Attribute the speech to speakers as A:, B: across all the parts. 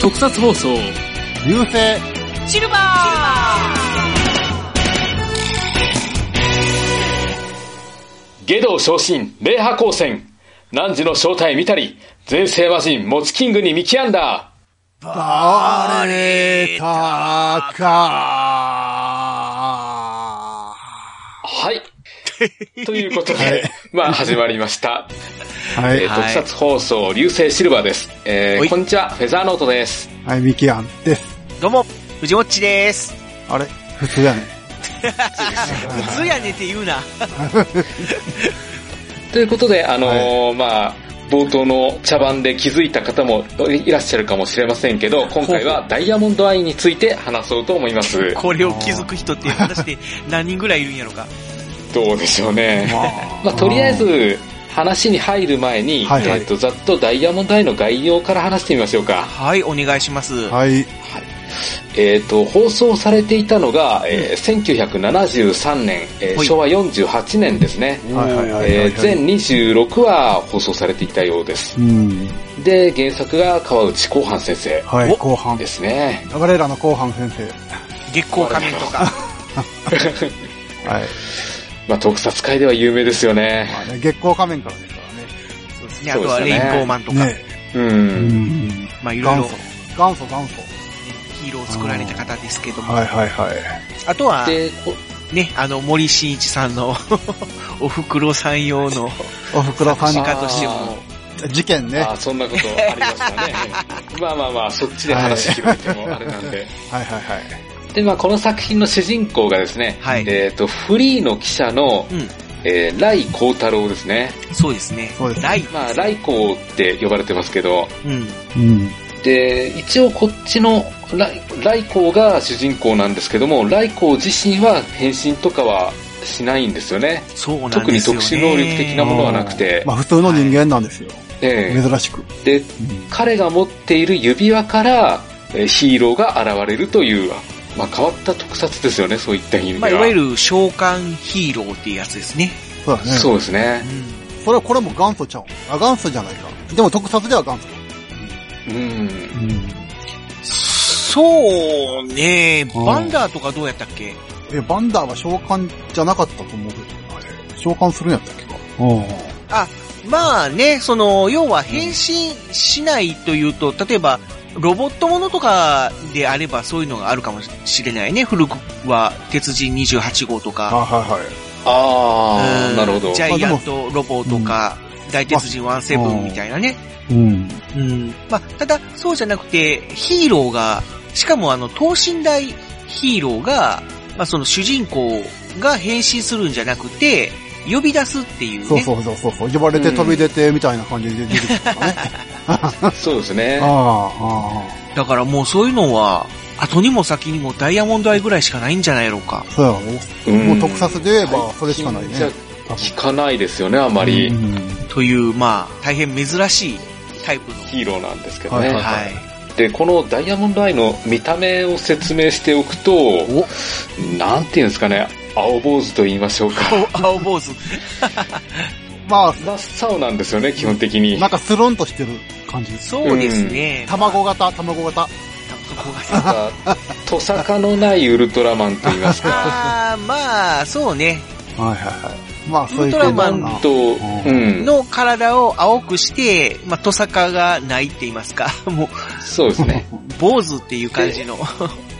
A: 特撮放送
B: 流星
C: シルバー
D: 下道昇進霊波光線汝の正体見たり前世魔人モツキングに見極んだ
B: バレたか
D: はいということで、まあ始まりました、
B: は
D: え
B: い
D: ー。特撮放送流星シルバーです、え
C: は
D: ー、
C: い
D: こんにちはフェザーノートです
B: はい、ミキアンです。
C: どうも、藤もっちです。
B: あれ普通やね。
C: 普通やねって言うな。
D: ということであのーまあ冒頭の茶番で気づいた方もいらっしゃるかもしれませんけど今回はダイヤモンドアイについて話そうと思います
C: これを気づく人って果たして何人ぐらいいるんやろか。
D: どうでしょうね
B: ま
D: まあ、とりあえ、ず話に入る前に、
B: はいはい
D: えっとざっとダイヤモンドアイの概要から話してみましょうか、
C: はい、お願いします。
B: はい。
D: えっと放送されていたのが、えー1973年、えー
C: はい
D: 昭和48年ですね、
B: はいはいはい。
D: えー全26話放送されていたようです
B: うん。
D: で原作が川内広範先生
B: はい、
C: お
B: 後半
D: で。すね
B: 我らの後半先生。
C: 月光仮面とか。
B: はい。
D: まあ、特撮界では有名ですよね
B: まあね、月光仮面からですか
C: そうですね。あとはレインボーマンと
B: ら
C: か。
B: ね。ね
D: う
B: え。うんん。
C: まあ、いろい
B: 元
C: ろ
B: 祖。元祖元
C: ヒーローを作られた方ですけど
B: 祖。
C: も。
B: はいはいはい。
C: あとは、
D: でこ
C: ね、あの、森進一さんの、 お袋さん用の
B: おふくろさん
C: 作
B: に
C: 家として
D: あ
C: も、
B: 事件ね。
D: あ
B: は
D: ーそんなことありました ねまあまあまあそっちで話広げてもあれなんで
B: いはいはい。
D: で、まあ、この作品の主人公がですね、
C: はい
D: えっ、と、フリーの記者の、
C: うん
D: えー、ライコウタロウですね。
C: そうですね。
B: そうですね
C: ライ、
D: まあ、ライコウって呼ばれてますけど、
C: うん。
B: うん。
D: で、一応こっちのライライコウが主人公なんですけども、ライコウ自身は変身とかはしないんですよね。
C: そうなんですよ、ね。
D: 特に特殊能力的なものはなくて
B: まあ普通の人間なんですよ。
D: え
B: 珍しく。
D: えで、彼が持っている指輪から、えーヒーローが現れるという、まあ、変わった特撮ですよね、そういった意味では。
C: まあ、いわゆる召喚ヒーローっていうやつですね。
B: そうだね。
D: そうですね
C: う。ん。
B: それはこれも元祖ちゃう。あ、元祖じゃないか。でも特撮では元祖。
D: うん。
C: そうね
B: うん
C: バンダーとかどうやったっけ
B: え、バンダーは召喚じゃなかったと思うけど、あれ。召喚するんやったっけか。う
C: まあね、その、要は変身しないというと、例えば、ロボットものとかであればそういうのがあるかもしれないね。古くは、鉄人28号とか。
B: あ、はいはい。
D: あ
C: う
D: あ、
C: ん
D: なるほど。
C: ジャイアントロボとか、大鉄人ワンセブンみたいなね。
B: うん。
C: うん。まあ、ただ、そうじゃなくて、ヒーローが、しかもあの、等身大ヒーローが、まあ、その主人公が変身するんじゃなくて、呼び出すっていうね。
B: そうそうそうそうそう。呼ばれて飛び出てみたいな感じで出てくるとかね。
D: そうですね
B: あ。あ、あ
C: だからもうそういうのは、後にも先にもダイヤモンドアイぐらいしかないんじゃないのか
B: あ。。そうやろ。
D: うん
B: もう特撮で言えばそれしかないね
D: じゃ
B: 多分
D: 聞かないですよね、あまり。
B: うん
C: という、まあ、大変珍しいタイプの。
D: ヒーローなんですけど
B: は
D: ね、
B: いは
C: はい。
D: で、このダイヤモンドアイの見た目を説明しておくと、なんていうんですかね、青坊主と言いましょうか。
C: お青坊主。
B: ま
D: 真っ青なんですよね、基本的
B: あ、
D: に
B: な。んかスルンとしてる感じです。
C: そうですね。
B: 卵型、卵型。
C: 卵が
D: なんか、トサカのないウルトラマンと言います か。
C: あーまあ、そうね。
B: はいはいはい。まあ、そういう
C: ウルトラマ
D: マ
C: ン
B: 系だな
D: ンと、うん、
C: の体を青くして、まあ、トサカがないって言いますか。もう、
D: そうです ね。
C: 坊主っていう感じの。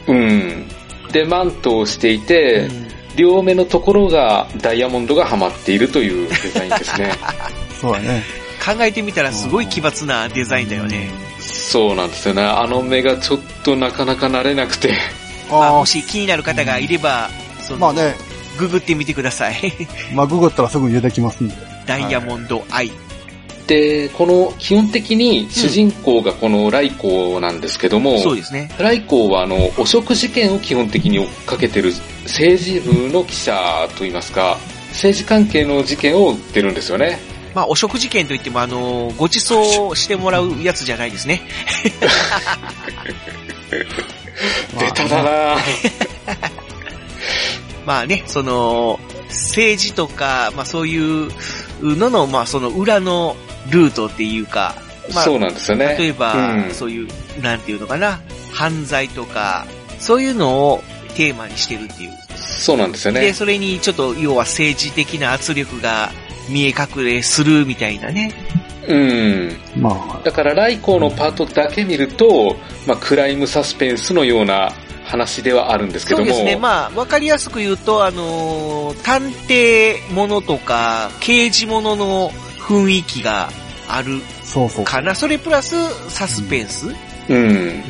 D: うん。で、マントをしていて、
C: うん
D: 両目のところがダイヤモンドがはまっているというデザインです ね。
B: そうだね。
C: 考えてみたらすごい奇抜なデザインだよね。
D: そうなんですよね。あの目がちょっとなかなか慣れなくて。
C: まあ、
B: あ
C: もし気になる方がいれば、
B: あ、
C: その、
B: まあね、
C: ググってみてください。
B: まあ、ググったらすぐ出てきますんで。
C: ダイヤモンドアイ。
D: で、この、基本的に主人公がこのライコウなんですけども、
C: そうですね。
D: ライコウはあの、汚職事件を基本的に追っかけてる政治部の記者といいますか、政治関係の事件を追ってるんですよね。
C: まあ、お食事券といっても、あの、ご馳走をしてもらうやつじゃないですね。
B: まあ
D: ベタだなぁ
C: まあね、その、政治とか、まあそういうのの、まあその裏のルートっていうか、まあ、
D: そうなんですよね。
C: 例えば、
D: うん
C: そういう、なんていうのかな、犯罪とか、そういうのをテーマにしてるっていう。
D: そうなんですよ
C: で、
D: ね。
C: それにちょっと、要は政治的な圧力が見え隠れするみたいなね。
D: うん。
B: まあ、
D: だから、来光のパートだけ見ると、まあ、クライムサスペンスのような話ではあるんですけ
C: そ
D: ど
C: う
D: も。
C: ですね。まあ、わかりやすく言うと、あのー探偵ものとか、刑事ものの雰囲気がある
B: そうそう。
C: かな。それプラス、サスペンス。
D: うん。
C: うん。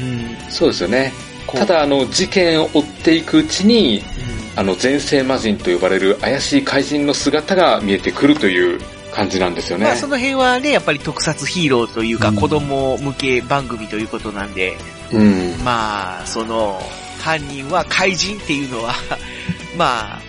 D: そうですよね。
C: こう
D: た、だ、あの、事件を追っていくうちに、
C: うん
D: あの、前世魔人と呼ばれる怪しい怪人の姿が見えてくるという感じなんですよね。
C: まあその辺はね、やっぱり特撮ヒーローというか
B: うん
C: 子供向け番組ということなんで、
D: うん。
C: まあその犯人は怪人っていうのは、 まあ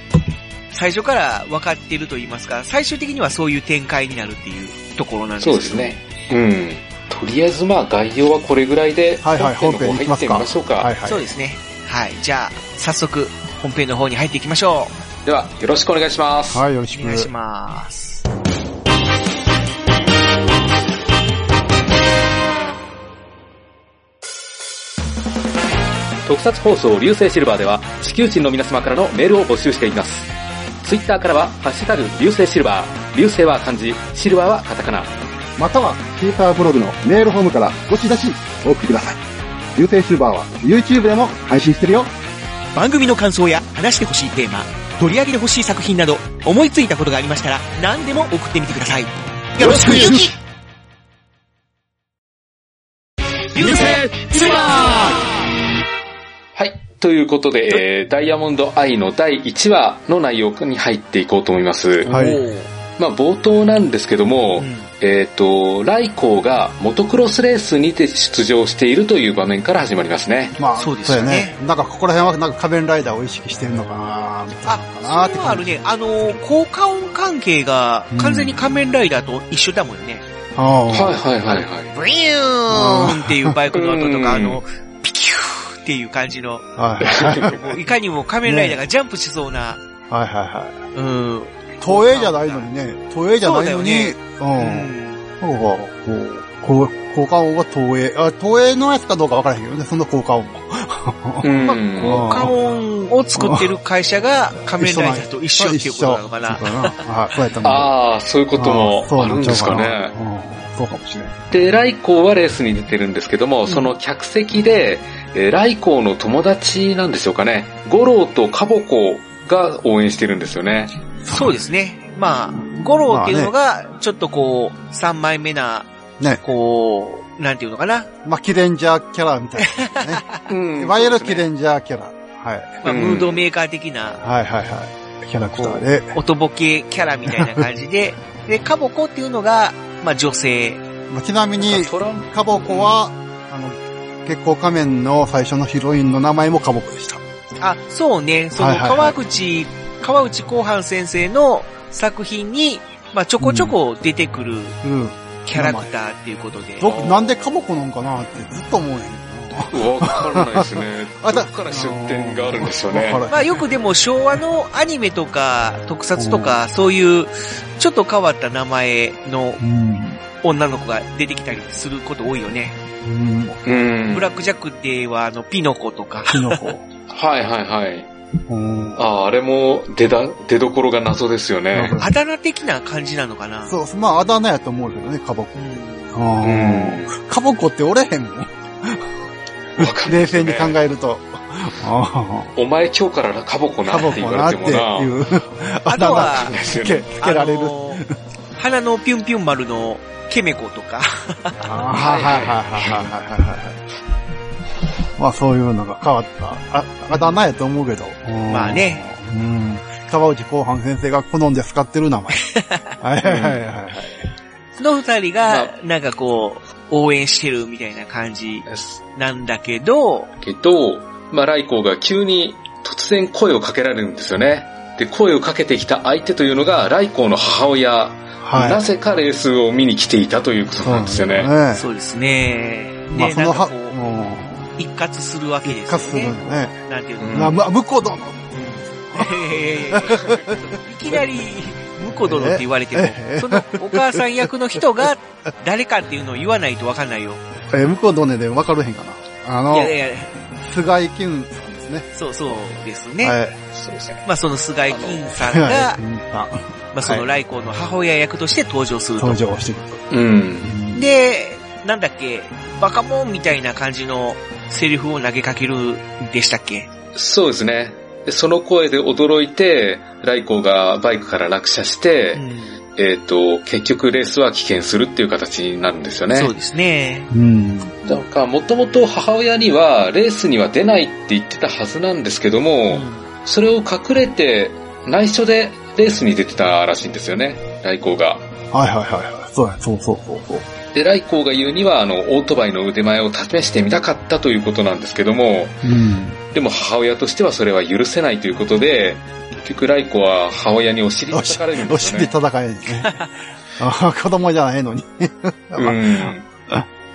C: 最初から分かってると言いますか、最終的にはそういう展開になるっていうところなんですけ
D: そう
C: ど
D: です。ね。うん。とりあえず、まあ、概要はこれぐらいで、
B: はいはい
D: 本編の方
B: 本編行き
D: 入
B: ま
D: って
B: す
D: みましょ
B: か
D: うか。
B: はいはい。
C: そうですね。はい。じゃあ、早速本編の方に入っていきましょ
D: では、よろしくお願いします。
B: はい、よろし
C: う。
B: く。
C: お願いします。
D: 特撮放送流星シルバーでは地球人の皆様からのメールを募集しています。ツイッターからは、ハッシュタグ、流星シルバー、流星は漢字、シルバーはカタカナ。
A: または、ツイッターブログのメールフォームからどしどしお送りください。流星シルバーは YouTube でも配信してるよ。
E: 番組の感想や話してほしいテーマ、取り上げてほしい作品など、思いついたことがありましたら、何でも送ってみてください。よろしく、ゆき流星シルバー
D: はい。ということで、えーダイヤモンドアイの第1話の内容に入っていこうと思います。
B: はい
C: おー
D: まあ、冒頭なんですけども、
C: うん
D: えっ、と、ライコーがモトクロスレースにて出場しているという場面から始まりますね。
B: まあ、
C: そ
B: そうう
C: で
B: ですす
C: よ
B: よ
C: ね
B: ね。なんか、ここら辺は、なんか仮面ライダーを意識してるのかなみたいなのかな
C: あ、
B: っ
C: そ
B: て
C: れはあ
B: 感
C: る
B: じ。
C: ね。あの、効果音関係が完全に仮面ライダーと一緒だもんね。
B: あ
D: はい
B: あ
D: はいはいはい。
C: ブリューンっていうバイクの音とか、あ
D: うん
C: の、ピキューっていう感じの、
B: はいはいはい。
C: もういかにも仮面ライダーがジャンプしそうな、
B: はいはいは
C: うん。
B: い。都営じゃないのにね、都営じゃないのに、うん。なんか、こう、こう、交換音は東映。あ、東映のやつかどうかわからへんけどね、その交換音も。
D: うん
C: まあ効果音を作ってる会社が仮面ライダーと一緒っていうことなのかな
B: 一緒。そうなはい、そうやったあ、
D: ああ、そういうことも
B: そう
D: あるんですか
B: なちゃ
D: ね
B: う。なうんそうかもしれない。
D: で、ライコーはレースに出てるんですけども、その客席で、えーライコーの友達なんでしょうかね、ゴローとカボコが応援してるんですよね。
C: そうですね。まあ、ゴローっていうのが、ちょっとこう、三枚目な、
B: ね
C: こう、なんていうのかな。
B: まあ、キレンジャーキャラみたいなね。
D: うん
B: いわゆるキ
D: で
B: レンジャーキャラ。はい。
C: まあ、
D: うん
C: ムードメーカー的な、
B: はいはいはい。キャラクターで。
C: 音ボケキャラみたいな感じ で、で、カボコっていうのが、まあ女性。
B: まあ、ちなみに、
D: トラン
B: カボコは、あの、月光仮面の最初のヒロインの名前もカボコでした。
C: あ、そうね、その
B: はいはいはい
C: 川口、川内広範先生の作品に、まあちょこちょこ出てく
B: う
C: る
B: ん。
C: キャラクターっていうことで。
B: ど、なんでカボコなんかなってずっと思うねんけどな。
D: わからないです ね。
B: あ
D: ど
B: だ
D: っから出典があるんでしょうね。
B: わからへん
C: まあよくでも昭和のアニメとか特撮とかそういうちょっと変わった名前の
B: うん。
C: 女の子が出てきたりすること多いよね。
B: うん。
D: うん。
C: ブ
D: はい
C: ラックジャックではあのピノコとか。
B: キノコ。
D: はいはい。
B: うん
D: ああ、あれも出だ、出どころが謎ですよね。
C: あだ名的な感じなのかな。
B: そうそう、まあ、あだ名やと思うけどね、カボコ。
C: うん
D: ん
B: カボコっておれへんもん。
D: わかんないで
B: 冷
D: す
B: 静に
D: ね
B: 考えると。あ
D: お前今日からカボコ
B: あ
D: な
B: カ
D: っ
B: ボ
D: て
B: コ
D: 言わ
B: なっ
D: れ
B: て
D: てもな。
B: いう、
C: あとは、
D: です
B: つ
D: よ
B: け、
D: ね。
B: つけられる
C: あ。のー花のぴゅんぴゅん丸のケメコとか。
B: ああはいはいはいはいはいはいはい。まあそういうのが変わった。あ、あだ名やと思うけど。
C: まあね
B: うん。川内後半先生が好んで使ってる 名前。はいはいはいはい。
C: の二人
D: ま
C: が、なんかこう、応援してるみたいな感じなんだけど、
D: けど、まあ、ライコーが急に突然声をかけられるんですよね。で、声をかけてきた相手というのが、ライコーの母親、
B: はい。
D: なぜかレースを見に来ていたということなんですよね。
B: ね。
C: そうですね。
B: まあ
C: ね、
B: そ
C: な
B: の
C: んか
B: は、
C: こ
B: う
C: う、一括するわけです
B: ん。か
C: よ
B: する
C: ね
B: の。ね。
C: なんていう
D: う
C: の
D: ん
B: まあ、向こう殿
C: えーいきなり、ムコ殿って言われても、そのお母さん役の人が誰かっていうのを言わないとわかんないよ。
B: えー、向こうどねで分かるへんかな。あ
C: い
B: の、
C: やいやいや、
B: 菅井健さんですね。
C: そうそうですね。
B: はい。
D: そうですね。
C: まあその菅井金さん
B: 菅井
C: が、
B: 健さん、
C: まあその来光の母親役として登場すると
B: 登。場してくる
D: うん。
B: と。
C: で、なんだっけ、バカモンみたいな感じのセリフを投げかけるんでしたっけ
D: そうですね。でその声で驚いて、ライコがバイクから落車して、
C: うん
D: えっ、と、結局レースは棄権するっていう形になるんですよね。
C: そうですね。
B: うん。
D: だから、もともと母親には、レースには出ないって言ってたはずなんですけども、それを隠れて、内緒でレースに出てたらしいんですよね、ライコが。
B: はいはいはいはい。そうや、そうそうそうそう。
D: で、ライコが言うには、あの、オートバイの腕前を試してみたかったということなんですけども、
B: うん。
D: でも母親としてはそれは許せないということで、結局ライコは母親にお尻を
B: お
D: 叩
B: し
D: かれるん
B: お
D: ですよ
B: 尻
D: ね。
B: 戦えるんですね。あ子供じゃないのに。
D: うん。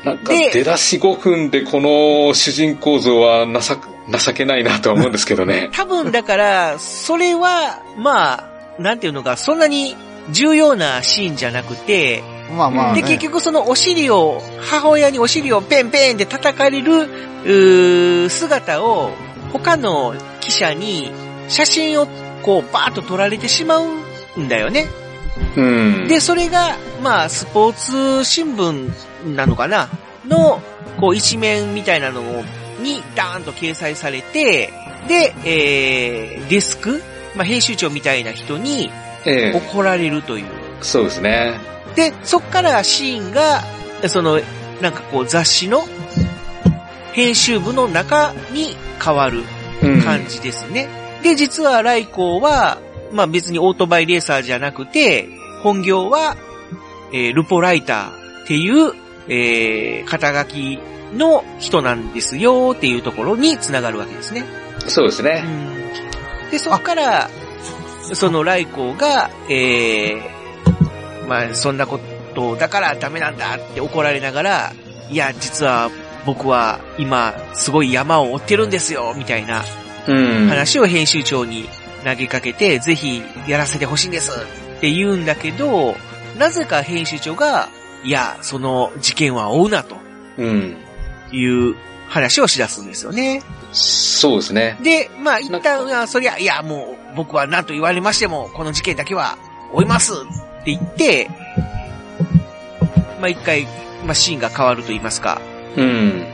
D: なんか
C: で。
D: 出だし5分でこの主人公像は情け情けないなとは思うんですけどね
C: 多分だから、それは、まあ、なんていうのか、そんなに重要なシーンじゃなくて、
B: まあまあ、ね。
C: で、結局そのお尻を、母親にお尻をペンペンって叩かれる、うー姿を、他の記者に写真をこうバーッと撮られてしまうんだよね。
D: うん。
C: で、それが、まあ、スポーツ新聞なのかなの、こう、一面みたいなのに、ダーンと掲載されて、で、えー、デスク、まあ、編集長みたいな人に
D: ええ
C: 怒られるという。
D: そうですね。
C: で、そっからシーンが、その、なんかこう、雑誌の編集部の中に変わる
D: うん。
C: 感じですね。で、実はライコーは、まあ別にオートバイレーサーじゃなくて、本業は、えールポライターっていう、えー肩書きの人なんですよっていうところに繋がるわけですね。
D: そうですね。
C: で、そこから、そのライコーが、えーまあそんなことだからダメなんだって怒られながら、いや、実は僕は今すごい山を追ってるんですよ、みたいな
D: うん。
C: 話を編集長に投げかけて、ぜひやらせてほしいんですって言うんだけど、なぜか編集長が、いや、その事件は追うなと
D: うん。
C: いう話をしだすんですよね。
D: そうですね。
C: で、まあ一
D: なん
C: 旦、あそりゃ、いや、もう僕は何と言われましても、この事件だけは追いますって言って、まあ一回、まあシーンが変わると言いますか、
D: うん。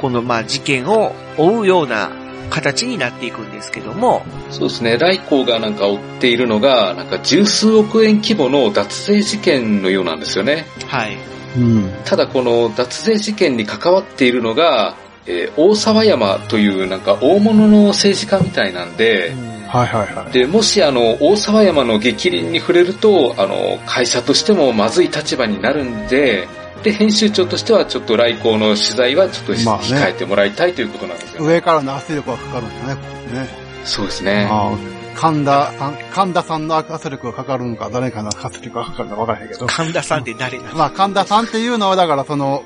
C: このまあ事件を追うような形になっていくんですけども、
D: そうですね。ライコーがなんか追っているのが、なんか十数億円規模の脱税事件のようなんですよね。
C: はい。
B: うん。
D: ただこの脱税事件に関わっているのが、えー大沢山というなんか大物の政治家みたいなんで、
B: はいはいはい。
D: で、もしあの、大沢山の逆鱗に触れると、あの、会社としてもまずい立場になるんで、で、編集長としてはちょっと来航の取材はちょっと
B: まあね
D: 控えてもらいたいということなんですよね。
B: 上からの圧力がかかるんだね、ここね。
D: そうですね。
B: ああ神田さん、神田さんの圧力がかかるのか、誰かの圧力がかかるのか分からへんけど。
C: 神田さんって誰なの
B: まあ、神田さんっていうのは、だからその、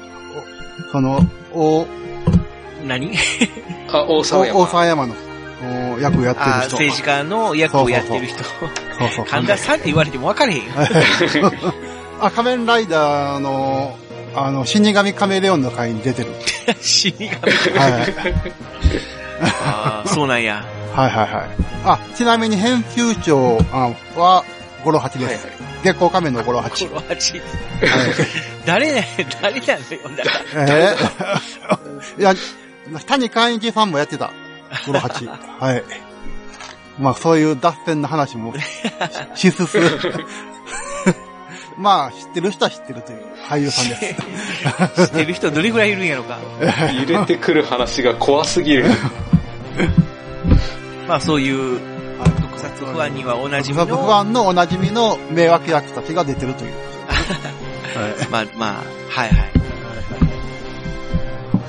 B: おその、お、
C: 何
D: あ、大沢
B: お大
D: 山。
B: 沢山の、お役をやってる
C: あー
B: 人。
C: 政治家の役をやってる人。
B: そうそう。
C: 神田さんって言われても分かれへんよ。
B: あ、仮面ライダーの、あの、死神カメレオンの会に出てる。
C: 死神。
B: はい。
C: あーそうなんや。
B: はいはいはい。あ、ちなみに編集長あは、五郎八です。月光仮面の五郎八。
C: この味。誰ね、 誰なのよ、だか
B: ええ いや、谷寛一さんもやってた。五郎 八。はい。まあそういう脱線の話もし、しす す。 まあ知ってる人は知ってるという俳優さんです。
C: ら。知ってる人どれぐらいいるんやろか。
D: 入れてくる話が怖すぎる。
C: まあそういう、 特撮不安にはおなじみの、
B: 不
C: ま
B: 安のおなじみの迷惑役たちが出てるという。
C: あまあ、はいはい。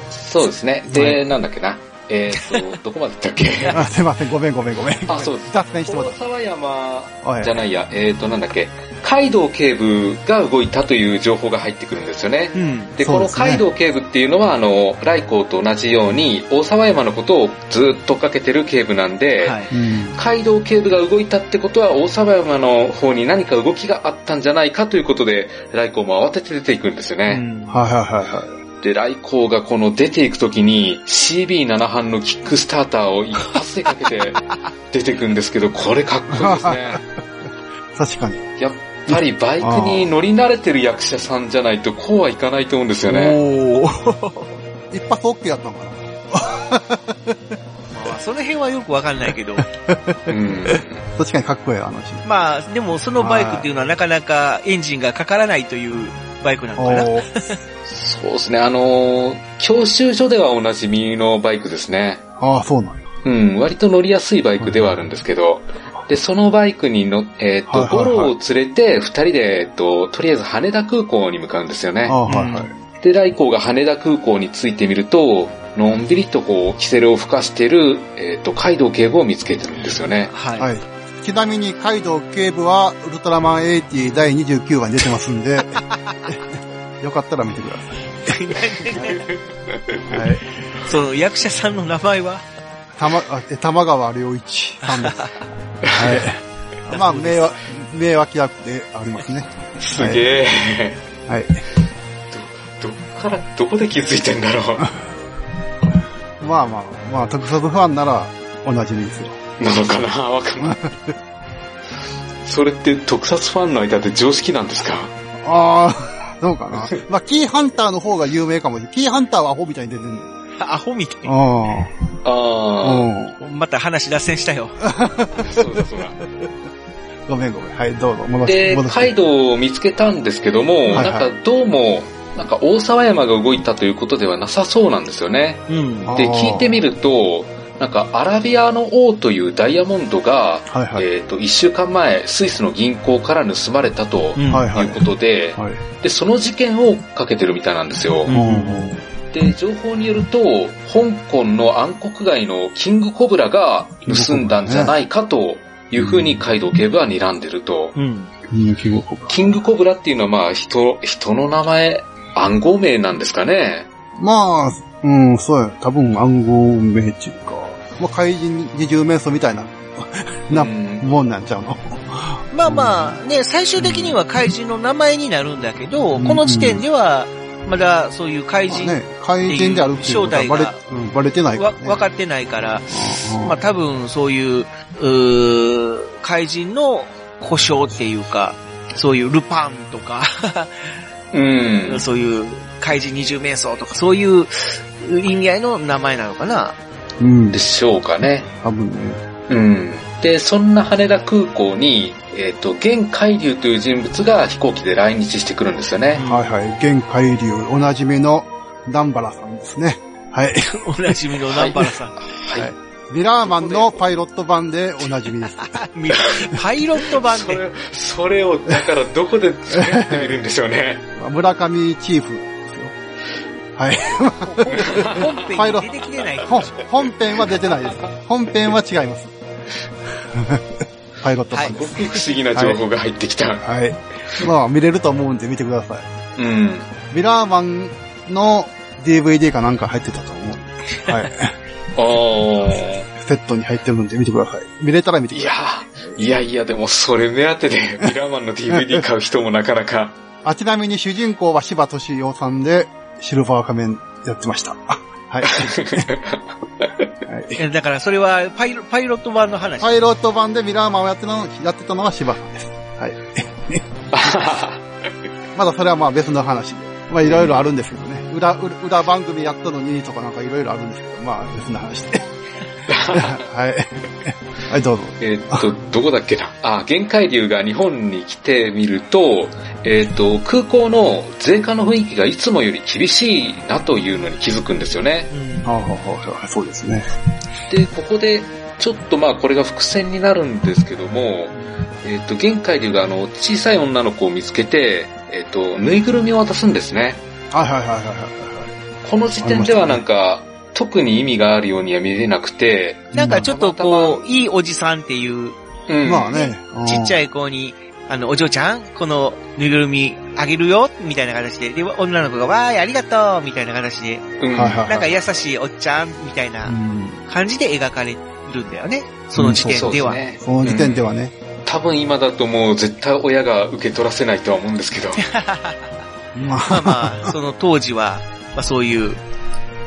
D: そうですね。で、なんだっけな。えー、っ と、どこまでだったっけ
B: あ、すいません、ごめんごめんごめん。
D: あそうです
B: 脱線してもら
D: 大
B: っ
D: 沢山
B: た。はい
D: じゃないや、えっ、と、なんだっけ、カイドウ警部が動いたという情報が入ってくるんですよね。
C: うん。
D: で、
B: そう
D: こ
B: で
D: の
B: すね
D: カイドウ警部っていうのは、あの、来光と同じように、大沢山のことをずっと追っかけてる警部なんで、
C: はい。
B: うん。
D: カイドウ警部が動いたってことは、大沢山の方に何か動きがあったんじゃないかということで、来光も慌てて出ていくんですよ
C: う
D: ね。
C: ん。
B: はいはいはいはい。
D: で、来光がこの出ていくときに、CB7 班のキックスターターを一発でかけ て出てくんですけど、これかっこいいですね。
B: 確かに。
D: やっぱりバイクに乗り慣れてる役者さんじゃないとこうはいかないと思うんですよね。
B: おー一発 OK だったのかな
C: まあ、その辺はよくわかんないけど。
D: うん。
B: 確かにかっこいい、あのシーン。
C: まあ、でもそのバイクっていうのはなかなかエンジンがかからないというバイクなの
B: お
C: かな。
B: ー
D: そうですね、あのー教習所ではおなじみのバイクですね。
B: ああ、そうなんや。
D: うん、割と乗りやすいバイクではあるんですけど、で、そのバイクに乗っ、えっ、と、
B: はいはいはい
D: ゴロを連れて、二人で、えっと、とりあえず羽田空港に向かうんですよね
B: あ。あ、はいはい。
D: で、来光が羽田空港に着いてみると、のんびりとこう、キセルを吹かしてる、えっ、と、カイドウ警部を見つけてるんですよね。
C: はい。
B: はい。ちなみに、カイドウ警部は、ウルトラマン80第29話に出てますんで、よかったら見てください。はい。
C: その役者さんの名前は
B: たま、あえ玉川良一さんです。はい。まあ、名は、名脇役でありますね。
D: すげえ。
B: はい。
D: どっから、どこで気づいてんだろう。
B: まあまあ、まあ、特撮ファンなら、おなじみですよ。
D: なのかなわかんない。それって特撮ファンの間で常識なんですか
B: あ あ、どうかな。まあ、キーハンターの方が有名かもしれない。キーハンターはアホみたいに出てる ん
C: アホみたい。
B: ああ、
D: あ
B: うん。
C: また話脱線したよ。
D: あ、そうだそうだ。
B: ごめんごめん。はい、どうぞ。戻して、
D: で
B: 戻、
D: カイ
B: して。
D: ドウを見つけたんですけども、
B: いはい
D: なんかどうも、なんか大沢山が動いたということではなさそうなんですよね。
C: うん。
B: あー
D: で、聞いてみると、なんかアラビアの王というダイヤモンドが、
B: はいはい。
D: えっ、と、1週間前、スイスの銀行から盗まれたと
C: うん
B: はい
D: い
B: は
D: う
B: い。
D: ことで、
B: はい。
D: で、その事件をかけてるみたいなんですよ。
C: うん
D: で、情報によると、香港の暗黒街のキングコブラが盗んだんじゃないかというふうにカイドウ警部は睨んでると。
C: うん。
B: 人気ごこか。
D: キングコブラっていうのはまあ人、人の名前、暗号名なんですかね。
B: まあ、うん、そうや。多分暗号名中か。まあ、怪人二重面相みたいな、な
D: う、ん
B: もんなんちゃうの。
C: まあまあ、ね、最終的には怪人の名前になるんだけど、
B: うん
C: この時点では、まだそういう怪人
B: まあね、怪人であるっていうことはバレ
C: 正体、
B: うん、バレてないか
C: わ、
B: ら、ね。
C: 分かってないから、
B: うん
C: まあ多分そういう、うー怪人の故障っていうか、そういうルパンとか、
D: うん。
C: そういう怪人二重瞑想とか、そういう意味合いの名前なのかな。
B: うん
D: で、しょうかね。
B: 多分ね。
D: うん。で、そんな羽田空港に、えっ、と、現海流という人物が飛行機で来日してくるんですよね。
B: はいはい。現海流、おなじみの、ダンバラさんですね。 はい。
C: おなじみの南原さ ん。
D: はい。
B: ミラーマンのパイロット版でおなじみです。
C: パイロット版
D: そ
C: で。
D: れ、それを、だからどこで作ってみるんでしょう ね。
B: 村上チーフですよ。はい。
C: 本
B: パイ
C: 編
B: ロ
C: に出てきてない。
B: 本本編は出てないです。本編は違います。 パイロットさんです
D: ご。く不思議な情報が入ってきた。
B: はい。まあ、見れると思うんで見てください。
D: うん。
B: ミラーマンの DVD かなんか入ってたと思う。 はい。
D: おー。
B: セットに入ってるんで見てください。見れたら見てく
D: い
B: ださ
D: や
B: い。
D: ー、いやいや、でもそれ目当てで、ミラーマンの DVD 買う人もなかなか。
B: あ、ちなみに主人公は柴敏夫さんで、シルバー仮面やってました。はい。はい
C: だからそれはパイロパイロット版の話。
B: パイロット版でミラーマンをやってたのやってたのは柴さんです。 まだそれはまあ別の話で。まあいろいろあるんですけどね。裏、裏裏番組やったのにとかなんかいろいろあるんですけど、まあ別の話 で。はい。はい、どうぞ。
D: えーっと、どこだっけな。あ、限界流が日本に来てみると、えーっと、空港の税関の雰囲気がいつもより厳しいなというのに気づくんですよね。
C: うん
B: はあ、はあはあ、そうですね。
D: で、ここで、ちょっとまあこれが伏線になるんですけども、えーっと、限界流があの、小さい女の子を見つけて、えーっと、ぬいぐるみを渡すんですね。
B: はいはいはいはいはいはい。
D: この時点ではなんか、特に意味があるようには見えなくて、
C: なんかちょっとこう、いいおじさんっていう、
D: うん。
B: まあね。うん
C: ちっちゃい子に、あの、お嬢ちゃん、このぬいぐるみあげるよ、みたいな形で、で、女の子が、わーい、ありがとう、みたいな形で、
D: うん。
B: はいはいはい。
C: なんか優しいおっちゃん、みたいうなん感じで描かれるんだよ ね。その時点では。
D: そうですね
B: この時点ではね。
D: 多分今だともう絶対親が受け取らせないとは思うんですけど。
B: ま
C: ま
B: あ
C: あまあ、その当時は、まあそういう、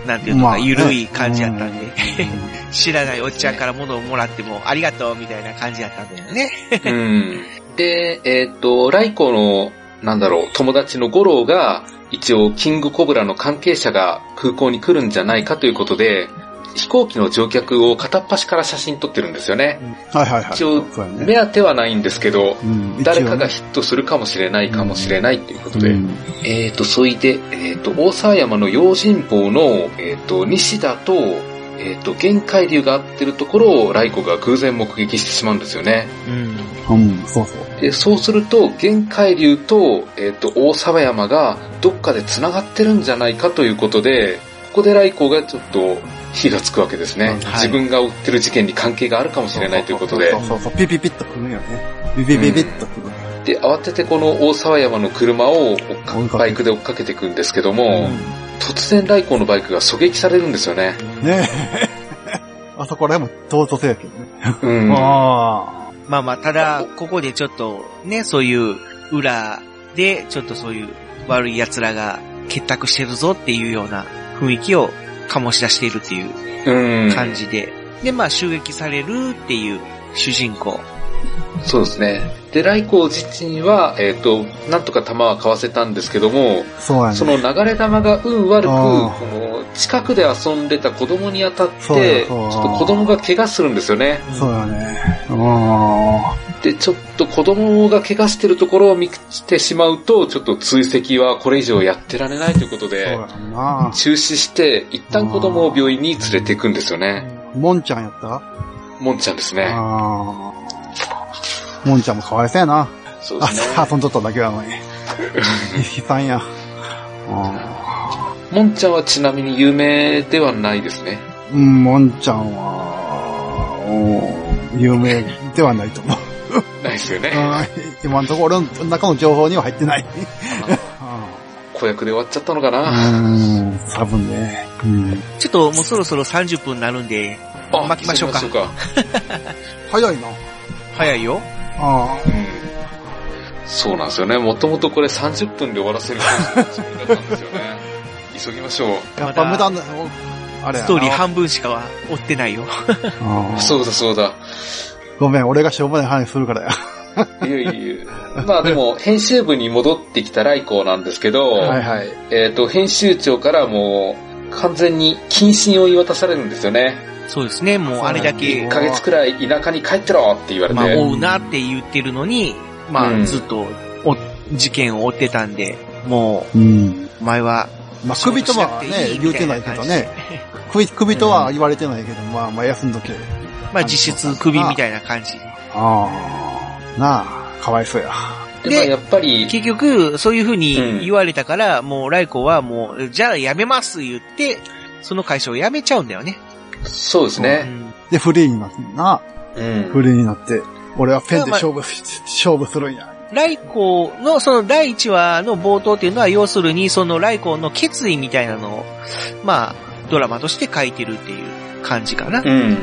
C: なんていうの
B: まあ
C: か、
B: ね
C: ゆるい感じやったんで、
B: う
C: 知らないおっちゃんから物をもらっても、ありがとう、みたいな感じやったんだよね。
D: うん。で、えーっと、ライコの、なんだろう、友達の五郎が、一応、キングコブラの関係者が空港に来るんじゃないかということで、飛行機の乗客を片っ端から写真撮ってるんですよね。
B: んはいはいはい。
D: 一応
B: そうやね
D: 目当てはないんですけど、
B: うん一応ね
D: 誰かがヒットするかもしれないかもしれないということで。
B: うん
D: えーと、そいで、えーと、大沢山の用心棒の、えーと、西田と、えーと、玄海流が合ってるところを、ライコが偶然目撃してしまうんですよね。
C: うん。
B: うん、そうそう。
D: で、そうすると、玄海流と、えっ、と、大沢山が、どっかで繋がってるんじゃないかということで、ここで来光がちょっと、火がつくわけですね。
B: はい
D: 自分が追ってる事件に関係があるかもしれないということで
B: そ、うそうそう、ピピピッと来るよね。ビビビビッと来る。
D: で、慌ててこの大沢山の車を追っか
B: 追いかけて
D: バイクで追っかけていくんですけども、突然来光のバイクが狙撃されるんですよ ね。
B: ねえ。あそこら辺も唐突やけどね。
D: うん。
B: ああ。
C: まあまあ、ただ、ここでちょっと、ね、そういう、裏で、ちょっとそういう、悪い奴らが結託してるぞっていうような雰囲気を醸し出しているっていう
D: うん。
C: 感じで、で、まあ、襲撃されるっていう主人公。
D: そうですね。で、来光自身は、えっ、と、なんとか弾は買わせたんですけども、
B: そうやね。
D: その流れ玉が運悪く、こ
B: あー
D: の近くで遊んでた子供に当たっ
B: そう
D: て、
B: や
D: ち
B: そう
D: ょ
B: や
D: っと子供が怪我するんですよね。
B: そうやね。あ
D: で、ちょっと子供が怪我してるところを見てしまうと、ちょっと追跡はこれ以上やってられないということ
B: あ。そう
D: で、
B: やな。
D: 中止して、一旦子供を病院に連れていくんですよね。
B: もんちゃんやったあ
D: もんちゃんですね。
B: あ。もんちゃんもかわいそうやな。
D: そうですね。
B: あ、遊んどっただけな のに。悲惨や。あ
D: もんちゃんはちなみに有名ではないですね。
B: あうん、もんちゃんは、うん有名ではないと思う。
D: ないですよ
B: う
D: ね。
B: ん今のところ俺の中の情報には入ってない。う
D: 子役で終わっちゃったのかな。
B: ん、多分ね。うん
C: ちょっともうそろそろ30分になるんで、
D: あ
C: 巻きましょうか
D: 巻きましょうか。
B: 早いな。
C: 早いよ。
B: ああ
D: うんそうなんですよね。もともとこれ30分で終わらせる感じだったん ですよね。急ぎましょう。
B: やっぱ無駄な、おあれやな
C: ストーリー半分しかは追ってないよ。
B: ああ
D: そうだそうだ。
B: ごめん、俺がしょうもない話するからや。
D: いえいえ。まあでも、編集部に戻ってきた来光なんですけど、
B: はいはい
D: えっ、と、編集長からもう、完全に謹慎を言い渡されるんですよね。
C: そうですね、もうあれだ
B: え
C: け
B: え
D: 1ヶ月くらい田舎に帰ってろって言われて。
C: まあ、追うなって言ってるのに、ま
D: う
C: あ、
D: ん
C: ずっと、お、事件を追ってたんで、も
B: うん。
C: う、お前は、
B: まあ、首とはね、言うてないけどね。首、首とは言われてないけど、まあ、まあ、休んどけ。
C: まあ、実質、首みたいな感じ。
B: ああ。なあ、かわいそうや。
D: で、
C: で
D: まあやっぱり、
C: 結局、そういう風
D: うん
C: に言われたから、もう、ライコはもう、じゃあやめます言って、その会社を辞めちゃうんだよね。
D: そうです
C: う
D: ね。
C: ん
B: で、フリーになってな。
D: うん
B: フ。リーになって、俺はペンで勝負 し、勝負するんや。
C: ライコの、その第1話の冒頭っていうのは、要するに、そのライコの決意みたいなのを、まあ、ドラマとして書いてるっていう感じかな。
D: うん。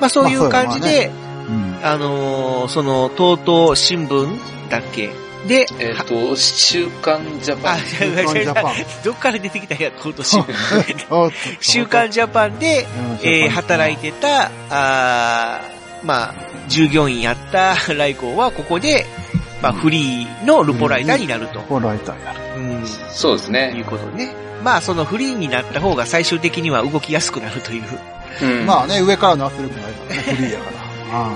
C: まあ、そういう感じで、
B: うん。
C: あのーその、東東新聞だっけで、
D: えっ、と、週刊ジャパ
C: あ、
D: ン。
C: 違
B: 週
C: う違う
B: 刊
C: 違
B: ジ
C: う
B: ャパン。
C: どっから出てきたんや、東東新聞。
B: おっと
C: 週刊ジャパンで、えー働い。てた、あーまあ、従業員やった来光は、ここで、まあ、フリーのルポライターになると。
B: こうライターや。
C: うん、
D: そうです
C: いう
D: ね。
C: ことね。まあ、そのフリーになった方が最終的には動きやすくなるという
D: うん。
B: まあね、上からの圧力ないからね、フリーやから。あ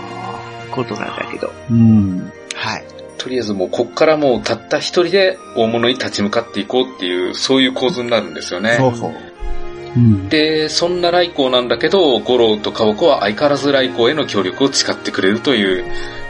C: ことなんだけど。
B: あ。うん。
C: はい。
D: とりあえずもうこっからもうたった一人で大物に立ち向かっていこうっていう、そういう構図になるんですよね。
B: そうそう。うん。
D: で、そんな来光なんだけど、五郎とカオコは相変わらず来光への協力を誓ってくれるという、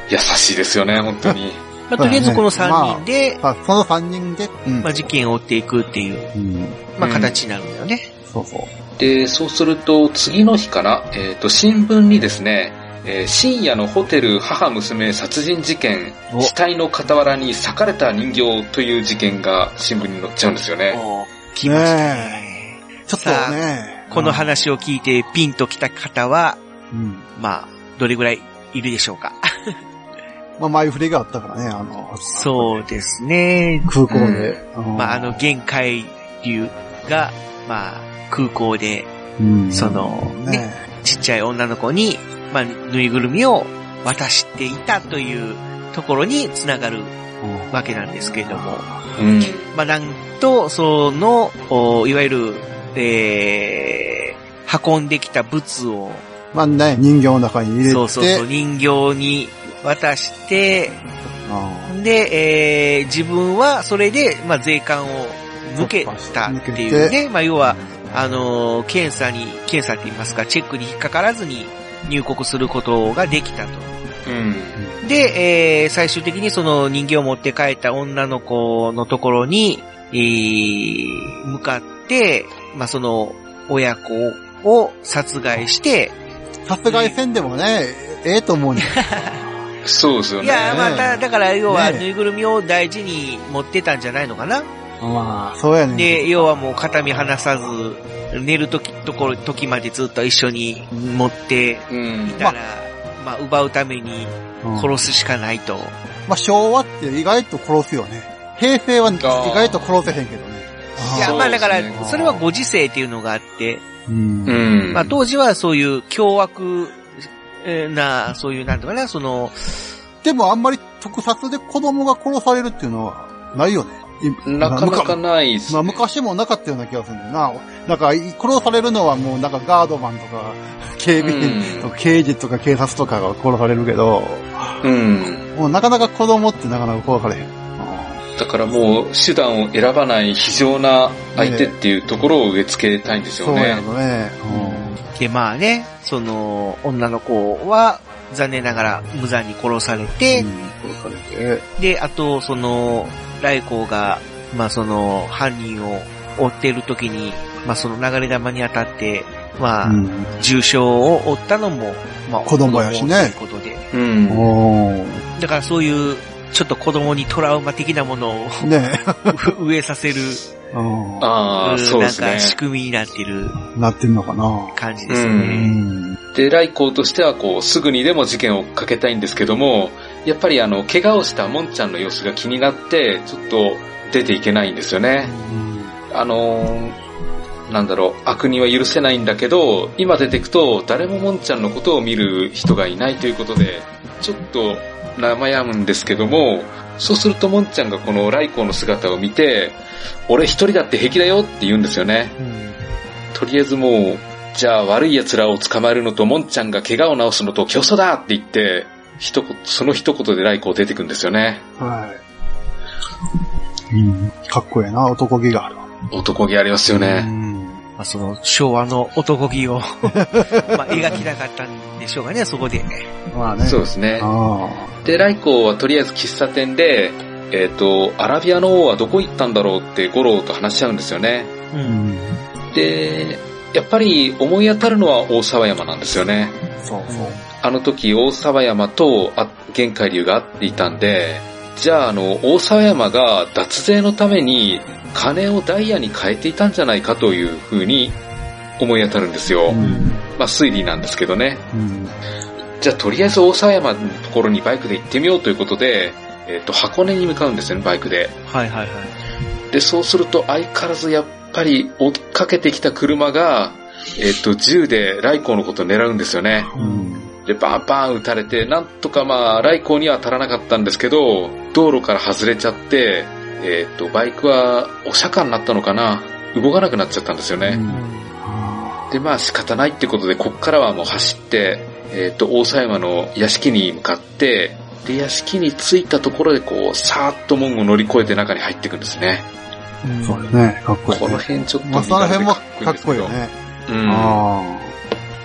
D: 優しいですよ ね、本当に。
C: まあ、とりあえずこの3人で、
B: さあ、その3人で、うん
C: まあ、事件を追っていくっていう、
B: うん。
C: まあ、形になるんだよね。
B: そうそう。
D: で、そうすると、次の日かな、えっ、と、新聞にですね、えー深夜のホテル母娘殺人事件、
C: お
D: 死体の傍らに裂かれた人形という事件が新聞に載っちゃうんですよね。
C: お来ましたね。
B: ちょっと
C: さあ
B: ね。
C: この話を聞いてピンときた方は、
B: うん。
C: まあ、どれぐらいいるでしょうか。
B: まあ、前振りがあったからね、あの、
C: そうですね。
B: 空港で。
C: まあ、あの、、限界流が、まあ、空港で、
B: うん
C: その、ね、
B: ね。
C: ちっちゃい女の子に、まあ、ぬいぐるみを渡していたというところにつながる
B: うん
C: わけなんですけれども、
D: うん。
C: まあ、なんと、その、おいわゆる、えー、運んできた物を、
B: まあね、人形の中に入れて。
C: そうそうそう、人形に渡して、
B: うん
C: で、えー自分はそれで、まあ、税関を抜けたっていうね、まあ、要は、あのー検査に、検査って言いますか、チェックに引っかからずに入国することができたと。
D: うん。
C: で、えー最終的にその人形を持って帰った女の子のところに、えー向かって、まあ、その、親子を殺害して、
B: 殺害せんでもね、ええと思うね。
D: そうですよ
C: い
D: ね。
C: や、まあ、ただから、要は、
B: ねえ
C: ぬいぐるみを大事に持ってたんじゃないのかな
B: まあ、そうやねんけ
C: で、要はもう肩身離さず、寝るとき、ところ、時までずっと一緒に持って
D: うん
C: い。たら、まあ、奪うために
B: ど。うん
C: 殺すしかないと。
B: まあ、昭和って意外と殺すよね。平成は意外と殺せへんけどね。
C: いや、
D: そう
C: まあだか
D: です
C: ら、
B: ね
C: それはご時世っていうのがあって、
B: うん
D: うん。
C: まあ当時はそういう凶悪えーな、そういうなんとかな、その、
B: でもあんまり特撮で子供が殺されるっていうのはないよね。い
D: なかなか
B: む
D: ないっす
B: まあ、昔もなかったような気がするんだよな。なんか、殺されるのはもうなんかガードマンとか、警備員とか、刑事とか警察とかが殺されるけど、
D: うん。
B: もうなかなか子供ってなかなか殺されへん。
D: だからもう手段を選ばない非常な相手っていうところを植え付けたいんです
B: そ
D: よ
B: うや
D: ね。
B: ろね。
C: でまあね、その、女の子は、残念ながら無残に殺されて、
B: うん殺されて。
C: で、あと、その、ライコーが、まあ、その、犯人を追ってる時に、まあ、その流れ玉に当たって、まあ、
B: うん
C: 重傷を負ったのも、まあ、
B: 子供やしね
C: 子供ということ
D: う
C: で。
D: ん。
B: お
C: だからそういう、ちょっと子供にトラウマ的なものを
B: ーね
C: 植えさせる、
B: え。うん
D: ああ、そうで
C: なん
D: すね
C: か。仕組みになってる
B: なってんのかな。
C: 感じです
B: う
C: ね。
B: ん。
D: で、来光としてはこう、すぐにでも事件をかけたいんですけども、やっぱりあの、怪我をしたもんちゃんの様子が気になって、ちょっと出ていけないんですよね。あのー、なんだろう、悪人は許せないんだけど、今出てくと誰ももんちゃんのことを見る人がいないということで、ちょっと悩むんですけども、そうするともんちゃんがこの来光の姿を見て、俺一人だって平気だよって言うんですよね。とりあえずもう、じゃあ悪い奴らを捕まえるのと、もんちゃんが怪我を治すのと競争だって言って、一言、その一言でライコ出てくんですよね。
B: はい。うん。かっこええな、男気があるわ。
D: 男気ありますよ
B: う
D: ね。
B: ん
C: まあ、その、昭和の男気を 、まあ、描きたかったんでしょうかね、そこで。
B: まあね。
D: そうですね。
B: あ
D: で、ライコはとりあえず喫茶店で、えっ、と、アラビアの王はどこ行ったんだろうってゴロと話し合うんですよね。
C: う。
B: あ。うんん。
D: で、やっぱり思い当たるのは大沢山なんですよね。
B: そうそう。
D: あの時大沢山とあ玄海流があっていたんで、じゃああの大沢山が脱税のために金をダイヤに変えていたんじゃないかというふうに思い当たるんですよ。
B: うん。
D: まあ推理なんですけどね。
B: うん。
D: じゃあとりあえず大沢山のところにバイクで行ってみようということで、えっ、と箱根に向かうんですよね、バイクで。
C: はいはいはい。
D: で、そうすると相変わらずやっぱり追っかけてきた車が、えっ、と銃で来光のことを狙うんですよね。
B: うん。
D: で、バンバン撃たれて、なんとかまあ、来光には当たらなかったんですけど、道路から外れちゃって、えっ、と、バイクはお釈迦になったのかな動かなくなっちゃったんですよね。
B: あ
D: で、まあ仕方ないってことで、こっからはもう走って、えっ、と、大狭山の屋敷に向かって、で、屋敷に着いたところで、こう、さーっと門を乗り越えて中に入っていくんですね。
B: ーそうですね。かっこ
D: こ
B: ええ
D: の
B: ね。
D: 辺ちょっと
B: まあ、
D: 見
B: その
D: た目
B: 辺もかっこいい
D: い
B: よ
D: んです
B: ね。
D: けど。うん。
B: あ